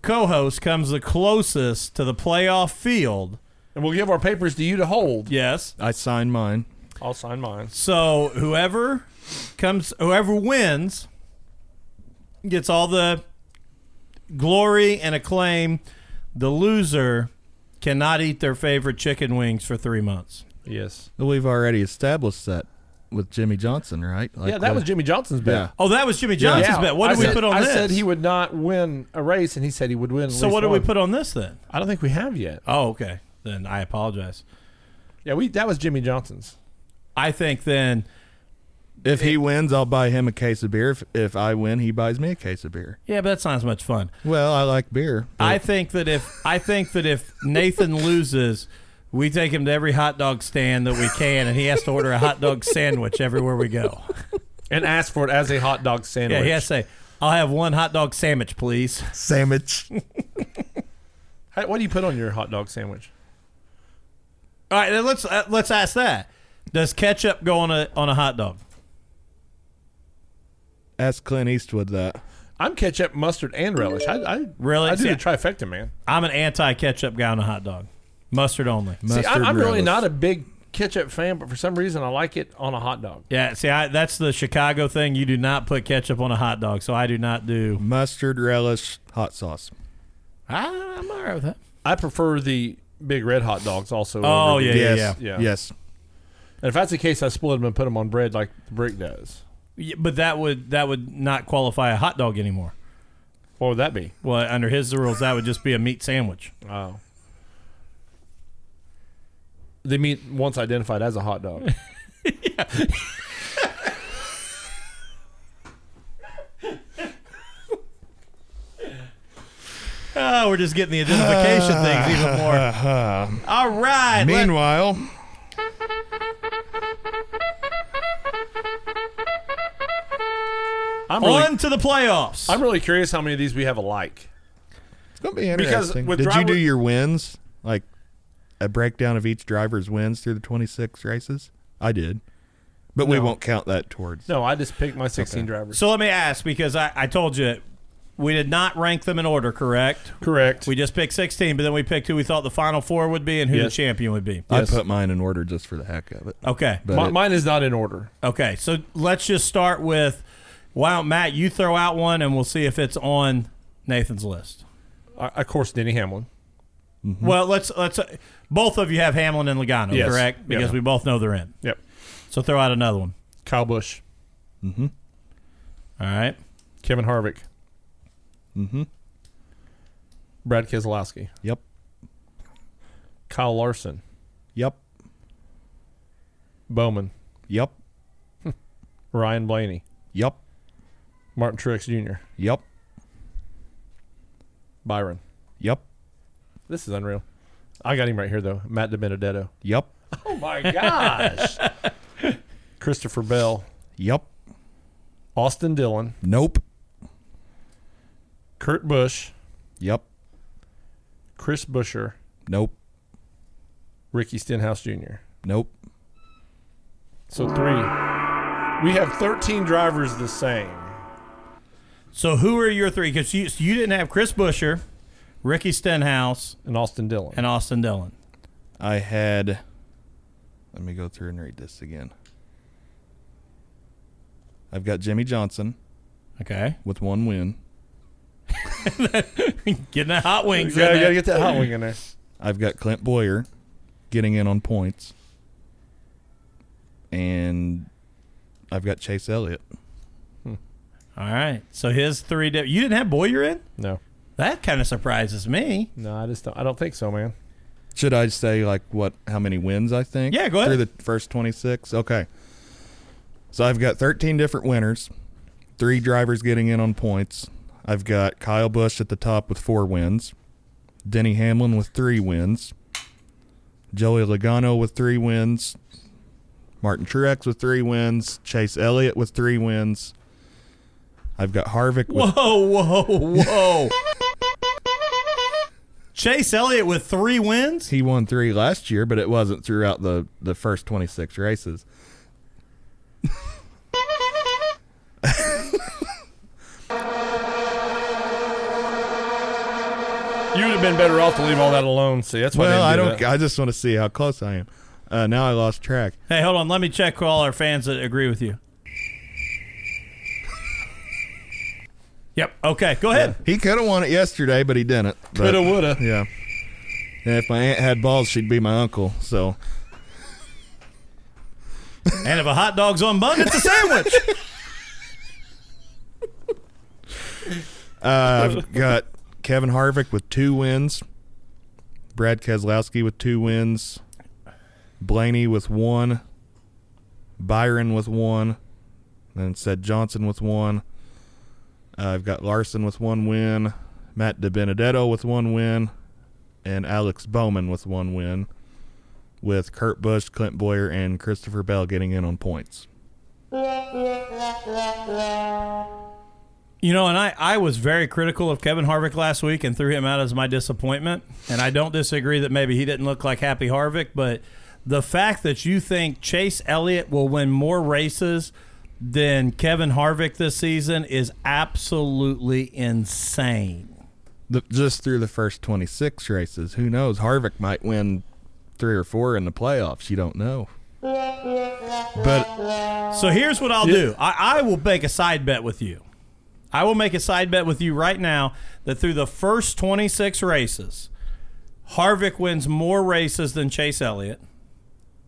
S1: co host comes the closest to the playoff field,
S2: And we'll give our papers to you to hold.
S1: yes,
S3: I signed mine.
S2: I'll sign mine.
S1: So whoever comes, whoever wins, gets all the glory and acclaim. The loser cannot eat their favorite chicken wings for three months.
S2: Yes.
S3: We've already established that with Jimmy Johnson, right? Like
S2: yeah, that
S3: the-
S2: was Jimmy Johnson's
S3: Yeah.
S2: bet.
S1: Oh, that was Jimmy Johnson's
S2: Yeah.
S1: bet. What
S2: I
S1: did we
S2: said-
S1: put on
S2: I
S1: this?
S2: said he would not win a race, and he said he would win. at
S1: so
S2: least
S1: what did
S2: one.
S1: we put on this then?
S2: I don't think we have yet.
S1: Oh, okay. Then I apologize.
S2: Yeah, we that was Jimmy Johnson's.
S1: I think then,
S3: If he wins, I'll buy him a case of beer. If, if I win, he buys me a case of beer.
S1: yeah, but that's not as much fun.
S3: Well, I like beer. but
S1: I think that if I think that if Nathan loses, we take him to every hot dog stand that we can, and he has to order a hot dog sandwich everywhere we go.
S2: And asked for it as a hot dog sandwich.
S1: Yeah, he has to say, "I'll have one hot dog sandwich, please."
S3: sandwich.
S2: Hey, what do you put on your hot dog sandwich?
S1: All right, then let's uh, let's ask that. Does ketchup go on a on a hot dog?
S3: Ask Clint Eastwood that.
S2: I'm ketchup, mustard, and relish. I, I
S1: Really?
S2: I do
S1: See,
S2: the trifecta, man.
S1: I'm an anti-ketchup guy on a hot dog, mustard only.
S2: See, I'm, I'm really not a big ketchup fan, but for some reason I like it on a hot dog.
S1: Yeah, see, I, that's the Chicago thing. You do not put ketchup on a hot dog, so I do not do.
S3: mustard relish hot sauce.
S1: I, I'm all right with that.
S2: I prefer the big red hot dogs also.
S1: Oh,
S2: over the-
S1: yeah,
S3: yes.
S2: yeah.
S3: Yes.
S2: And if that's the case, I split them and put them on bread like the brick does.
S1: Yeah, but that would that would not qualify a hot dog anymore.
S2: What would that be?
S1: Well, under his rules, that would just be a meat sandwich.
S2: Oh. The meat once identified as a hot dog.
S1: Oh, we're just getting the identification things even more. All right. let-
S3: Meanwhile,
S2: I'm really,
S1: on to the playoffs.
S2: I'm really curious how many of these we have alike.
S3: it's gonna be
S2: Because
S3: interesting.
S2: with
S3: Did you
S2: driver-
S3: do your wins? Like a breakdown of each driver's wins through the 26 races? I did, but we won't count that towards.
S2: No, I just picked my 16 drivers.
S1: so let me ask because I, I told you we did not rank them in order, correct?
S2: Correct.
S1: We just picked 16, but then we picked who we thought the final four would be and who
S2: Yes.
S1: the champion would be.
S3: I put mine in order just for the heck of it.
S1: Okay.
S3: But
S2: Mi-
S3: it-
S2: mine is not in order.
S1: Okay. So let's just start with why don't Matt, you throw out one and we'll see if it's on Nathan's list.
S2: I, of course, Denny Hamlin.
S1: Well, let's let's uh, both of you have Hamlin and Logano,
S2: Yes.
S1: correct? Because
S2: Yeah.
S1: we both know they're in.
S2: Yep.
S1: So throw out another one.
S2: Kyle Busch.
S1: All right.
S2: Kevin Harvick. Mm-hmm. Brad Keselowski.
S3: Yep.
S2: Kyle Larson.
S3: Yep.
S2: Bowman.
S3: Yep.
S2: Ryan Blaney.
S3: Yep.
S2: Martin Truex Jr.
S3: Yep.
S2: Byron.
S3: Yep.
S2: This is unreal. I got him right here though. Matt De Benedetto.
S3: Yep.
S2: Oh my gosh. Christopher Bell.
S3: Yep.
S2: Austin Dillon.
S3: Nope.
S2: Kurt Busch.
S3: Yep.
S2: Chris Busher.
S3: Nope.
S2: Ricky Stenhouse Jr.
S3: Nope.
S2: So three. We have 13 drivers the same.
S1: So who are your three? Because you, you didn't have Chris Busher, Ricky Stenhouse,
S2: And Austin Dillon.
S1: and Austin Dillon.
S3: I had. Let me go through and read this again. I've got Jimmy Johnson
S1: Okay,
S3: with one win.
S1: getting the hot wings.
S2: yeah,
S1: in
S2: you gotta
S1: there.
S2: get that hot wing in there.
S3: I've got Clint Boyer getting in on points. And I've got Chase Elliott.
S1: All right. So his three. Di- you didn't have Boyer in.
S2: No.
S1: That kind of surprises me.
S2: No, I just don't I don't think so, man.
S3: Should I say like what? How many wins I think?
S1: Yeah, go ahead.
S3: Through the first twenty six. Okay. So I've got thirteen different winners, three drivers getting in on points. I've got Kyle Busch at the top with four wins, Denny Hamlin with three wins, Joey Logano with three wins, Martin Truex with three wins, Chase Elliott with three wins. I've got Harvick with
S1: Whoa, whoa, whoa. Chase Elliott with three wins?
S3: he won three last year, but it wasn't throughout the, the first 26 races.
S2: You would have been better off to leave all that alone. See, that's why
S3: Well, I
S2: I, didn't do
S3: don't.
S2: That.
S3: I just want to see how close I am. Uh, now I lost track.
S1: Hey, hold on. Let me check all our fans that agree with you. Yep. Okay. Go ahead.
S3: He could have won it yesterday, but he didn't. But-
S2: Coulda, woulda.
S3: Yeah. And if my aunt had balls, she'd be my uncle. So
S1: And if a hot dog's on bun, it's a sandwich.
S3: uh, I've got Kevin Harvick with two wins, Brad Keselowski with two wins, Blaney with one, Byron with one, then said Johnson with one. Uh, I've got Larson with one win, Matt DiBenedetto with one win, and Alex Bowman with one win, with Kurt Busch, Clint Boyer, and Christopher Bell getting in on points.
S1: You know, and I, I was very critical of Kevin Harvick last week and threw him out as my disappointment. And I don't disagree that maybe he didn't look like Happy Harvick, but the fact that you think Chase Elliott will win more races than Kevin Harvick this season is absolutely insane.
S3: the, just through the first 26 races. Who knows? Harvick might win three or four in the playoffs. You don't know. But
S1: So here's what I'll do. I, I will make a side bet with you. I will make a side bet with you right now that through the first 26 races, Harvick wins more races than Chase Elliott.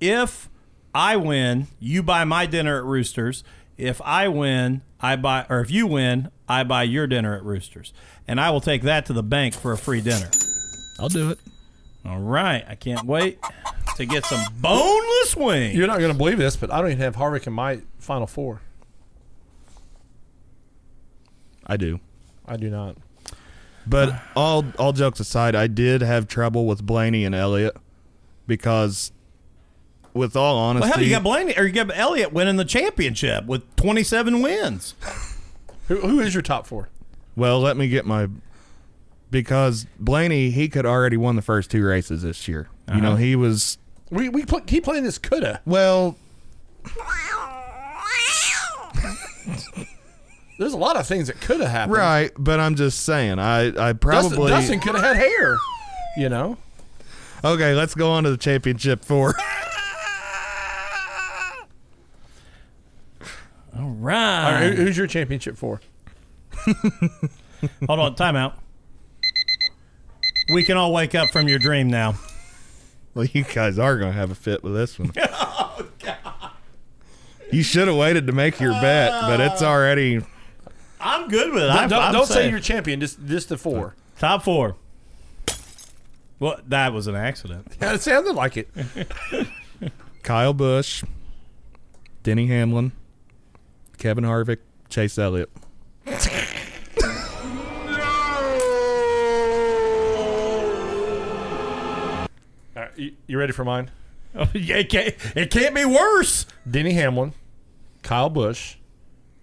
S1: If I win, you buy my dinner at Roosters. If I win, I buy, or if you win, I buy your dinner at Roosters. And I will take that to the bank for a free dinner.
S3: I'll do it.
S1: All right. I can't wait to get some boneless wings.
S2: You're not going to believe this, but I don't even have Harvick in my final four.
S3: I do.
S2: I do not.
S3: But all all jokes aside, I did have trouble with Blaney and Elliott because, with all honesty,
S1: Well, hell, you got Blaney or you got Elliott winning the championship with 27 wins.
S2: Who, who is your top four?
S3: Well, let me get my because Blaney he could already won the first two races this year. You know he was
S2: We we pl- keep playing this coulda.
S3: well.
S2: There's a lot of things that coulda happened.
S3: Right, but I'm just saying. I I
S2: Dustin,
S3: probably
S2: Dustin coulda had hair. You know.
S3: Okay, let's go on to the championship four.
S1: All
S2: All right,
S1: right.
S2: who- who's your championship for?
S1: Hold on, timeout. We can all wake up from your dream now.
S3: well, you guys are gonna have a fit with this one. oh God! You should have waited to make your bet, but it's already
S1: I'm good with it. I,
S2: don't
S1: I'm
S2: don't say
S1: safe.
S2: your champion. Just just the four.
S1: top four. Well, that was an accident.
S2: Yeah, it sounded like it.
S3: Kyle Busch, Denny Hamlin, Kevin Harvick, Chase Elliott.
S2: All right, you, Uh, you ready for mine?
S1: Oh, it, can't, it can't be worse.
S2: Denny Hamlin, Kyle Busch,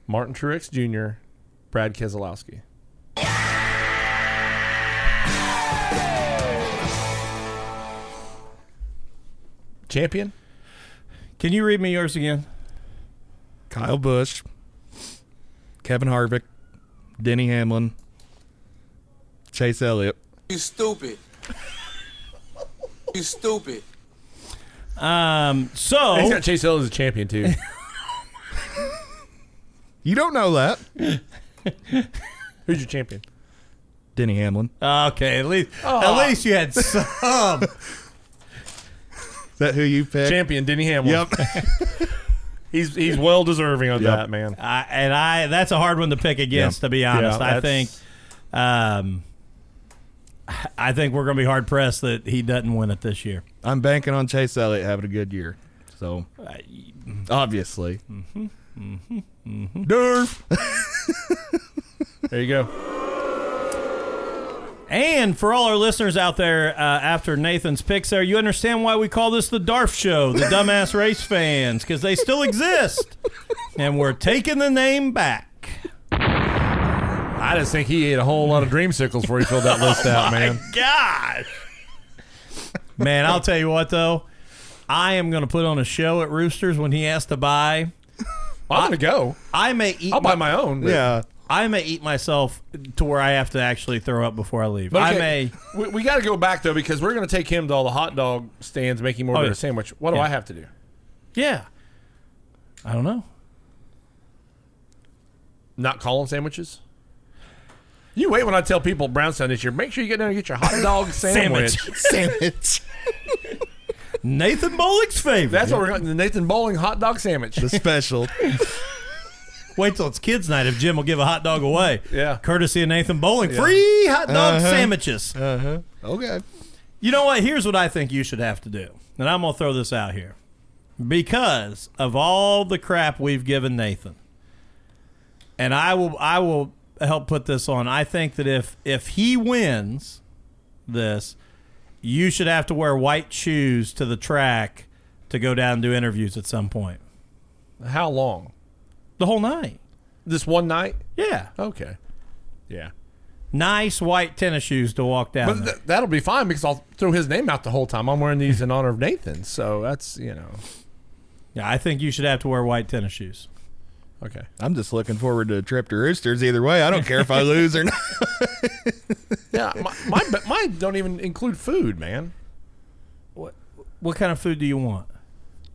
S2: Martin Truex Jr., Brad Keselowski. Champion?
S1: Can you read me yours again?
S3: Kyle Busch, Kevin Harvick, Denny Hamlin, Chase Elliott.
S10: You stupid. You stupid.
S1: Um,
S2: Oh. He's
S1: so
S2: got Chase Elliott as a champion too.
S3: You don't know that,
S2: Who's your champion?
S3: Denny Hamlin.
S1: okay, at least at least you had some.
S3: Is that who you picked?
S2: Champion Denny Hamlin.
S3: Yep.
S2: He's he's well deserving of
S3: Yep.
S2: that man.
S1: I, and I that's a hard one to pick against.
S3: Yeah.
S1: To be honest,
S2: Yeah,
S1: I think
S2: that's-
S1: um, I think we're going to be hard pressed that he doesn't win it this year.
S3: I'm banking on Chase Elliott having a good year. So,
S1: Uh,
S3: obviously.
S2: Mm-hmm.
S3: Durf.
S2: There you go.
S1: And for all our listeners out there, uh, after Nathan's picks there, you understand why we call this the Darf Show, the dumbass race fans, because they still exist. and we're taking the name back.
S2: I just think he ate a whole lot of dreamsicles before he filled that list out, man.
S1: Gosh. Man, I'll tell you what, though. I am going to put on a show at Roosters when he has to buy.
S2: I'm gonna go.
S1: I may eat
S2: I'll buy my own. but-
S3: Yeah.
S1: I may eat myself to where I have to actually throw up before I leave.
S2: But
S1: I
S2: okay,
S1: may.
S2: We, we got to go back though because we're going to take him to all the hot dog stands, make him order
S1: Oh, yeah.
S2: a sandwich. What do
S1: Yeah.
S2: I have to do?
S1: Yeah. I don't know.
S2: Not call them sandwiches? You wait when I tell people Brownstown this year. Make sure you get down and get your hot dog sandwich.
S3: Sandwich.
S1: Nathan Bolick's favorite.
S2: That's what we're going. The Nathan Bowling hot dog sandwich.
S3: the special.
S1: Wait till it's kids' night if Jim will give a hot dog away.
S2: Yeah.
S1: Courtesy of Nathan Bowling. Free hot dog
S3: Uh-huh.
S1: sandwiches.
S3: Okay.
S1: You know what? Here's what I think you should have to do. And I'm going to throw this out here. Because of all the crap we've given Nathan. And I will I will help put this on. I think that if if he wins this, you should have to wear white shoes to the track to go down and do interviews at some point.
S2: How long?
S1: The whole night.
S2: This one night?
S1: Yeah.
S2: Okay. Yeah.
S1: Nice white tennis shoes to walk down.
S2: But
S1: there.
S2: th- that'll be fine because I'll throw his name out the whole time. I'm wearing these in honor of Nathan, so that's you know.
S1: yeah, I think you should have to wear white tennis shoes.
S2: Okay.
S3: I'm just looking forward to a trip to Roosters either way. I don't care if I lose or not.
S2: Yeah, my, my but mine don't even include food, man.
S1: What what kind of food do you want?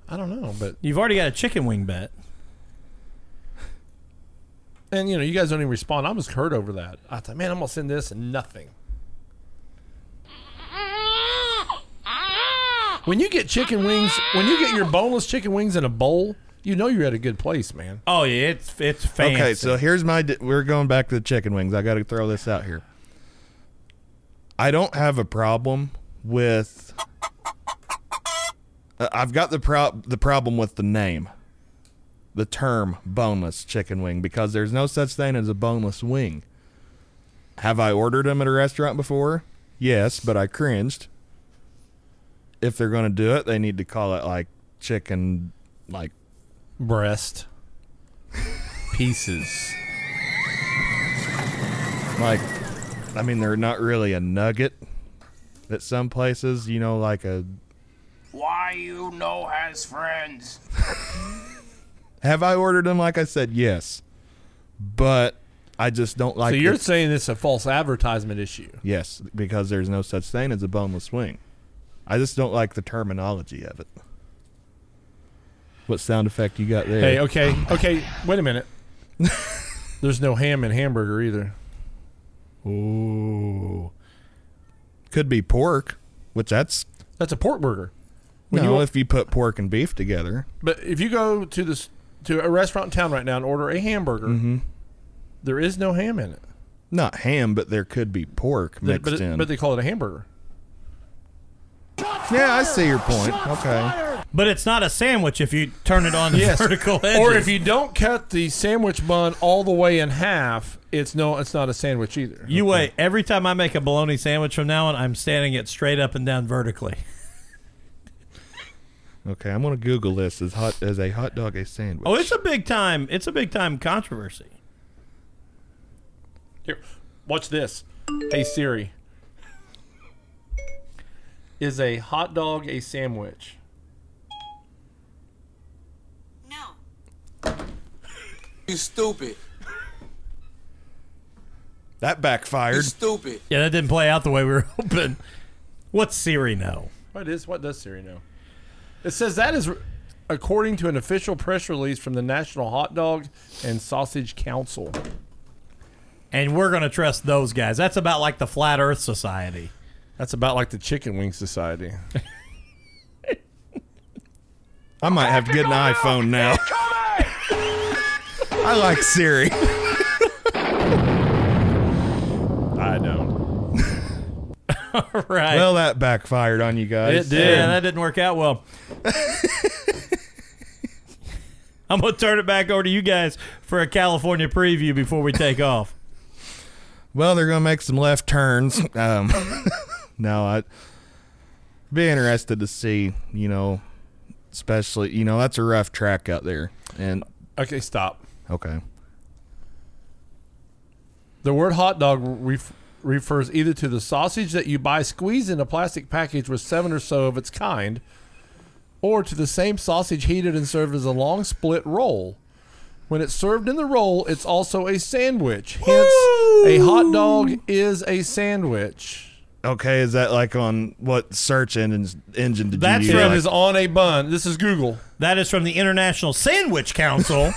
S2: I don't know, but
S1: You've already got a chicken wing bet.
S2: and you know, you guys don't even respond. I'm just hurt over that. I thought, man, I'm gonna send this and nothing. When you get chicken wings, when you get your boneless chicken wings in a bowl, you know you're at a good place, man.
S1: Oh yeah, it's it's fancy.
S3: Okay, so here's my. d- We're going back to the chicken wings. I got to throw this out here. I don't have a problem with. Uh, I've got the prob the problem with the name, the term boneless chicken wing because there's no such thing as a boneless wing. Have I ordered them at a restaurant before? Yes, but I cringed. If they're going to do it, they need to call it like chicken, like
S2: Breast pieces.
S3: like i mean they're not really a nugget at some places you know like a
S9: Why you know has friends?
S3: have i ordered them like i said yes but i just don't like
S2: so you're
S3: the-
S2: saying it's a false advertisement issue?
S3: yes because there's no such thing as a boneless wing i just don't like the terminology of it what sound effect you got there
S2: Hey, okay, okay. Wait a minute. There's no ham in hamburger either.
S1: Ooh.
S3: could be pork which that's
S2: That's a pork burger.
S3: no,
S2: you-
S3: if you put pork and beef together
S2: But if you go to this to a restaurant in town right now and order a hamburger, there is no ham in it.
S3: not ham but there could be pork
S2: They-
S3: mixed
S2: but, it-
S3: in
S2: but they call it a hamburger.
S3: yeah i see your point okay
S1: But it's not a sandwich if you turn it on the vertical edges.
S2: Or if you don't cut the sandwich bun all the way in half, it's no, it's not a sandwich either.
S1: you wait, every time I make a bologna sandwich from now on, I'm standing it straight up and down vertically.
S3: Okay, I'm gonna Google this. Is hot as a hot dog a sandwich?
S1: Oh, it's a big time. It's a big time controversy.
S2: Here, watch this. Hey Siri, is a hot dog a sandwich?
S10: You stupid.
S3: that backfired.
S10: Stupid.
S1: Yeah, that didn't play out the way we were hoping. What's Siri know?
S2: What is? What does Siri know? It says that is according to an official press release from the National Hot Dog and Sausage Council.
S1: And we're gonna trust those guys. That's about like the Flat Earth Society.
S2: That's about like the Chicken Wing Society.
S3: I might have to get an iPhone now. I like Siri.
S2: I don't.
S1: All right.
S3: Well, that backfired on you guys.
S1: It did. Yeah, that didn't work out well. I'm going to turn it back over to you guys for a California preview before we take off.
S3: Well, they're going to make some left turns. Um, no, I'd be interested to see, you know, especially, you know, that's a rough track out there. And
S2: Okay, stop.
S3: okay.
S2: The word hot dog ref- refers either to the sausage that you buy squeezed in a plastic package with seven or so of its kind, or to the same sausage heated and served as a long split roll. When it's served in the roll, it's also a sandwich. Hence, a hot dog is a sandwich.
S3: Okay, is that like on what search engines engine did
S1: That's
S3: you
S1: from
S3: use?
S1: his
S2: on a bun. This is Google.
S1: That is from the International Sandwich Council.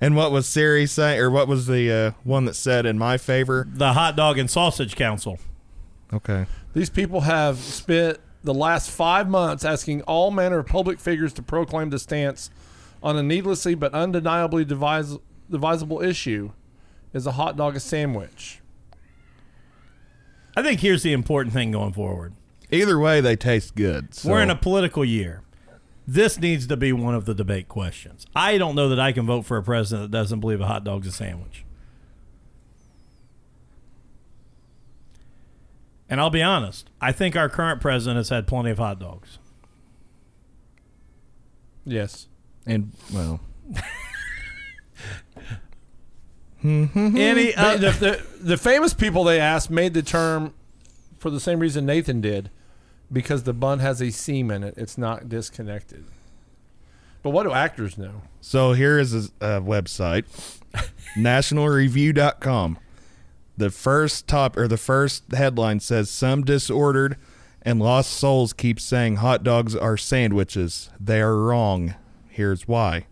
S3: and what was Siri saying, or what was the uh, one that said in my favor?
S1: the Hot Dog and Sausage Council.
S3: Okay.
S2: These people have spent the last five months asking all manner of public figures to proclaim the stance on a needlessly but undeniably devis- divisible issue is a hot dog a sandwich.
S1: I think here's the important thing going forward.
S3: Either way, they taste good. so-
S1: We're in a political year. This needs to be one of the debate questions. I don't know that I can vote for a president that doesn't believe a hot dog's a sandwich. And I'll be honest, I think our current president has had plenty of hot dogs.
S2: Yes.
S3: And, well.
S1: Any
S2: But
S1: oth-
S2: the, the, the famous people they asked made the term for the same reason Nathan did, because the bun has a seam in it. It's not disconnected. But what do actors know?
S3: So here is a uh, website, nationalreview.com. The first top or the first headline says some disordered and lost souls keep saying hot dogs are sandwiches. They are wrong. Here's why.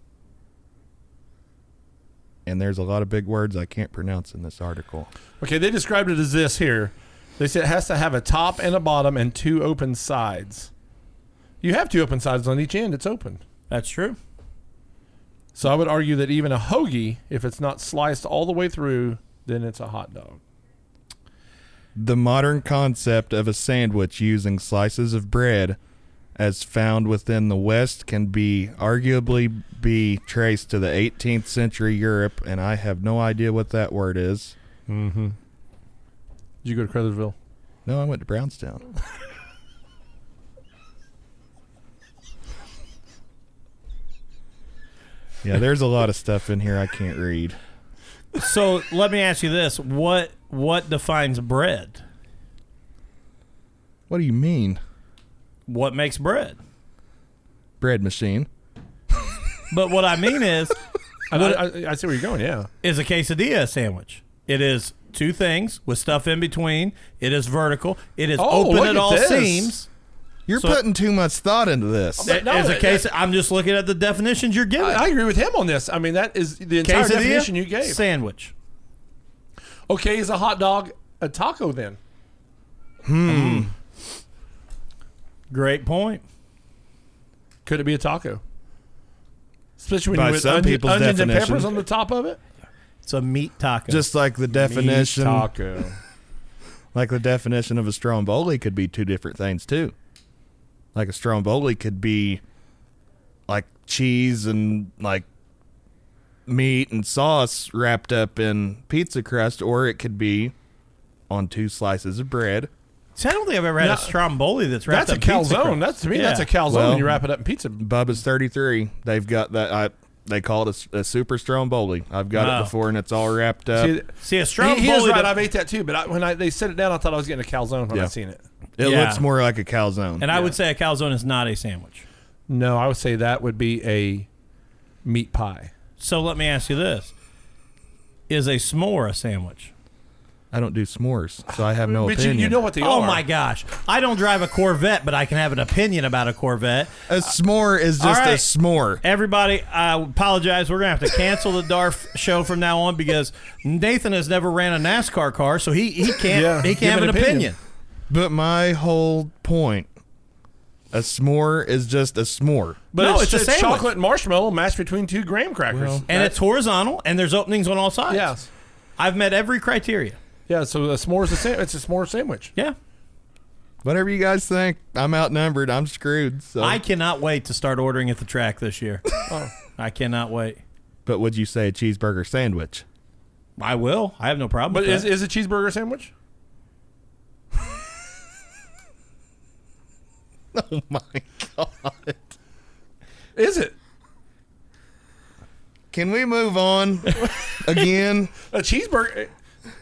S3: And there's a lot of big words I can't pronounce in this article.
S2: Okay, they described it as this here. They said it has to have a top and a bottom and two open sides. You have two open sides on each end. It's open.
S1: That's true.
S2: So I would argue that even a hoagie, if it's not sliced all the way through, then it's a hot dog.
S3: The modern concept of a sandwich using slices of bread as found within the West can be arguably be traced to the 18th century Europe, and I have no idea what that word is.
S2: Mm-hmm. Did you go to Crothersville?
S3: No, I went to Brownstown. yeah, there's a lot of stuff in here I can't read.
S1: So let me ask you this: what what defines bread?
S3: What do you mean?
S1: What makes bread?
S3: Bread machine.
S1: But what I mean is,
S2: I, know, I, I see where you're going. Yeah.
S1: is a quesadilla a sandwich. It is two things with stuff in between. It is vertical. It is
S2: Oh,
S1: open
S2: look
S1: at
S2: at
S1: all
S2: this.
S1: seams.
S3: You're
S1: So-
S3: putting too much thought into this.
S1: It
S2: No,
S1: is a
S2: it-
S1: case. I'm just looking at the definitions you're giving.
S2: I, I agree with him on this. I mean, that is the entire
S1: quesadilla
S2: definition you gave.
S1: sandwich.
S2: Okay, is a hot dog a taco then?
S1: Great point.
S2: Could it be a taco? Especially when
S3: By
S2: you put
S3: some
S2: onion-
S3: people's
S2: onions and
S3: definition.
S2: peppers on the top of it.
S1: It's a meat taco.
S3: Just like the definition.
S2: Meat taco.
S3: Like the definition of a stromboli could be two different things too. Like a stromboli could be like cheese and like meat and sauce wrapped up in pizza crust, or it could be on two slices of bread.
S1: See, I don't think I've ever had
S2: No.
S1: a stromboli that's wrapped
S2: That's a
S1: up pizza
S2: calzone.
S1: crust.
S2: That's to me.
S1: Yeah.
S2: That's a calzone.
S3: Well-
S2: you wrap it up in pizza.
S3: Bubba's thirty three. They've got that. I they call it a s- a, super stromboli. I've got
S1: Wow.
S3: it before, and it's all wrapped up.
S2: See,
S1: See a
S2: he,
S1: stromboli.
S2: he is right.
S1: that-
S2: I've ate that too. But I, when I, they set it down, I thought I was getting a calzone when
S3: Yeah.
S2: I seen it.
S3: it
S1: yeah.
S3: looks more like a calzone.
S1: and I would say a calzone is not a sandwich.
S2: No, I would say that would be a meat pie.
S1: So let me ask you this: Is a s'more a sandwich?
S3: I don't do s'mores, so I have no
S2: but you,
S3: opinion.
S2: you know what they
S1: Oh
S2: are.
S1: my gosh! I don't drive a Corvette, but I can have an opinion about a Corvette.
S3: a s'more is just
S1: All
S3: a
S1: right.
S3: s'more.
S1: Everybody, I apologize. We're gonna have to cancel the Darf show from now on because Nathan has never ran a NASCAR car, so he, he can't
S2: Yeah,
S1: he
S2: give
S1: can't have an
S2: an
S1: opinion.
S2: opinion.
S3: But my whole point, a s'more is just a s'more.
S1: But
S2: no,
S1: it's,
S2: it's,
S1: a
S2: just
S1: sandwich,
S2: chocolate and marshmallow mashed between two graham crackers.
S1: and it's horizontal, and there's openings on all sides.
S2: Yes.
S1: I've met every criteria.
S2: yeah. So a s'more is a sandwich. It's a s'more sandwich.
S1: Yeah,
S3: Whatever you guys think, I'm outnumbered. I'm screwed. So
S1: I cannot wait to start ordering at the track this year. I cannot wait.
S3: But would you say a cheeseburger sandwich?
S1: I will. I have no problem.
S2: But
S1: with
S2: is,
S1: that.
S2: is a cheeseburger sandwich?
S3: oh my god!
S2: Is it
S3: Can we move on again?
S2: a cheeseburger? eh,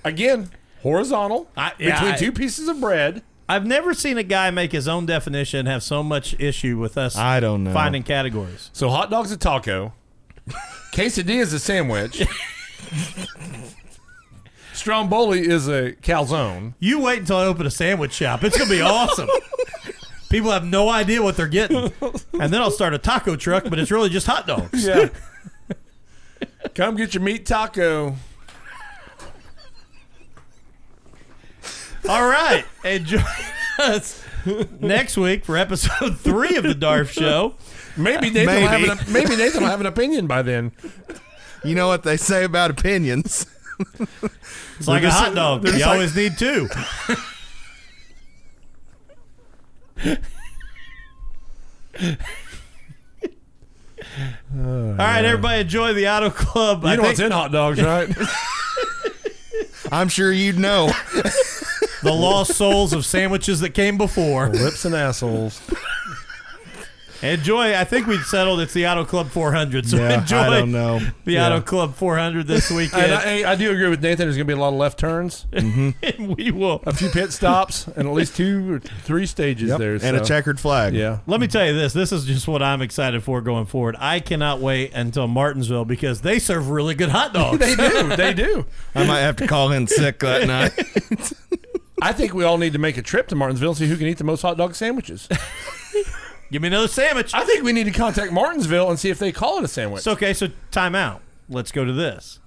S2: Again, horizontal
S1: I- yeah,
S2: between
S1: I-
S2: two pieces of bread.
S1: I've never seen a guy make his own definition and have so much issue with us.
S3: I don't know.
S1: finding categories.
S2: So hot dog's a taco. Quesadilla is a sandwich. Stromboli is a calzone.
S1: You wait until I open a sandwich shop. It's gonna be awesome. People have no idea what they're getting, and then I'll start a taco truck, but it's really just hot dogs.
S2: Yeah. Come get your meat taco.
S1: All right. And join us next week for episode three of the Darf Show.
S2: Maybe Nathan will
S3: Maybe.
S2: have an maybe Nathan will have an opinion by then.
S3: You know what they say about opinions.
S1: It's like a hot dog. You
S2: just like-
S1: always need two. All right, everybody, enjoy the Auto Club.
S2: You
S1: I
S2: know
S1: think
S2: what's in hot dogs, right?
S3: I'm sure you'd know.
S1: the lost souls of sandwiches that came before.
S2: Lips and assholes.
S1: Enjoy. I think we've settled it's the Auto Club 400. So enjoy
S3: I don't know.
S1: the
S3: Yeah.
S1: Auto Club 400 this
S2: And
S1: weekend.
S2: I, I do agree with Nathan. There's going to be a lot of left turns, a
S1: and we will.
S2: few pit stops, and at least two or three stages
S3: Yep.
S2: there.
S3: and
S2: so-
S3: a checkered flag.
S2: Yeah.
S1: Let me tell you this. This is just what I'm excited for going forward. I cannot wait until Martinsville because they serve really good hot dogs.
S2: They do. They do.
S3: I might have to call in sick that night.
S2: I think we all need to make a trip to Martinsville and see who can eat the most hot dog sandwiches.
S1: Give me another sandwich.
S2: I think we need to contact Martinsville and see if they call it a sandwich.
S1: It's okay. So time out. Let's go to this.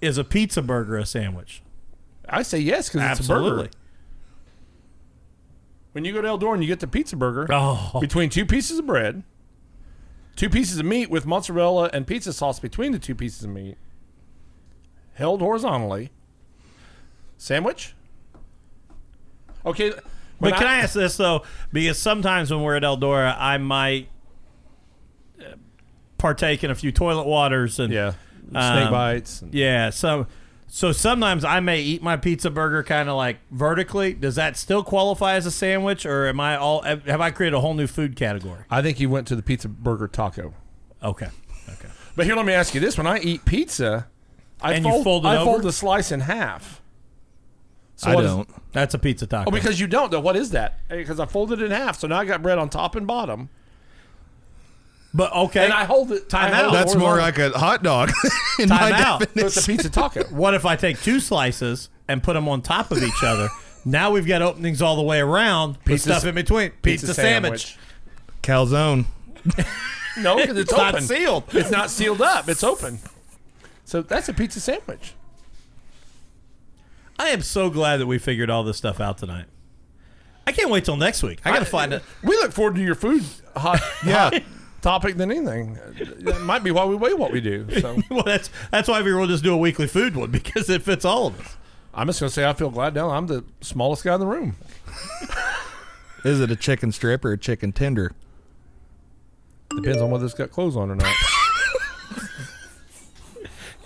S1: Is a pizza burger a sandwich?
S2: I say yes because it's a
S1: Absolutely.
S2: burger. When you go to El Dorn, you get the pizza burger
S1: Oh,
S2: between two pieces of bread, two pieces of meat with mozzarella and pizza sauce between the two pieces of meat, held horizontally. Sandwich. Okay, when
S1: but can I ask this though? Because sometimes when we're at Eldora, I might uh, partake in a few toilet waters and
S2: Yeah, snake
S1: Um,
S2: bites. and-
S1: Yeah, so so sometimes I may eat my pizza burger kind of like vertically. Does that still qualify as a sandwich, or am I all have have I created a whole new food category?
S2: I think you went to the pizza burger taco.
S1: Okay, okay.
S2: But here, let me ask you this: When I eat pizza, I
S1: And you
S2: fold,
S1: fold it
S2: I fold
S1: over?
S2: the slice in half. So
S3: I
S2: what is-
S3: don't.
S1: That's a pizza taco.
S2: oh, because you don't. Though, what is that? Because I folded it in half, so now I got bread on top and bottom,
S1: but okay,
S2: and I hold it.
S1: Time
S2: I
S1: out.
S2: hold it
S3: That's more
S2: horizontally.
S3: like a hot dog. in
S1: Time
S3: my
S1: out.
S3: definition.
S2: So it's a pizza taco.
S1: what if I take two slices and put them on top of each other? Now we've got openings all the way around. Put
S2: Pizza
S1: stuff
S2: s-
S1: in between. Pizza, sandwich.
S3: Calzone.
S2: No, because
S1: It's
S2: it's, open.
S1: not sealed.
S2: It's not sealed up. It's open. So that's a pizza sandwich.
S1: I am so glad that we figured all this stuff out tonight. I can't wait till next week. I gotta find it.
S2: We look forward to your food hot,
S3: Yeah.
S2: hot topic than anything. That might be why we weigh what we do. So
S1: Well, that's that's why we'll just do a weekly food one because it fits all of us.
S2: I'm just gonna say I feel glad now. I'm the smallest guy in the room.
S3: Is it a chicken strip or a chicken tender?
S2: Depends on whether it's got clothes on or not.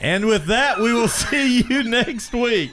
S1: And with that, we will see you next week.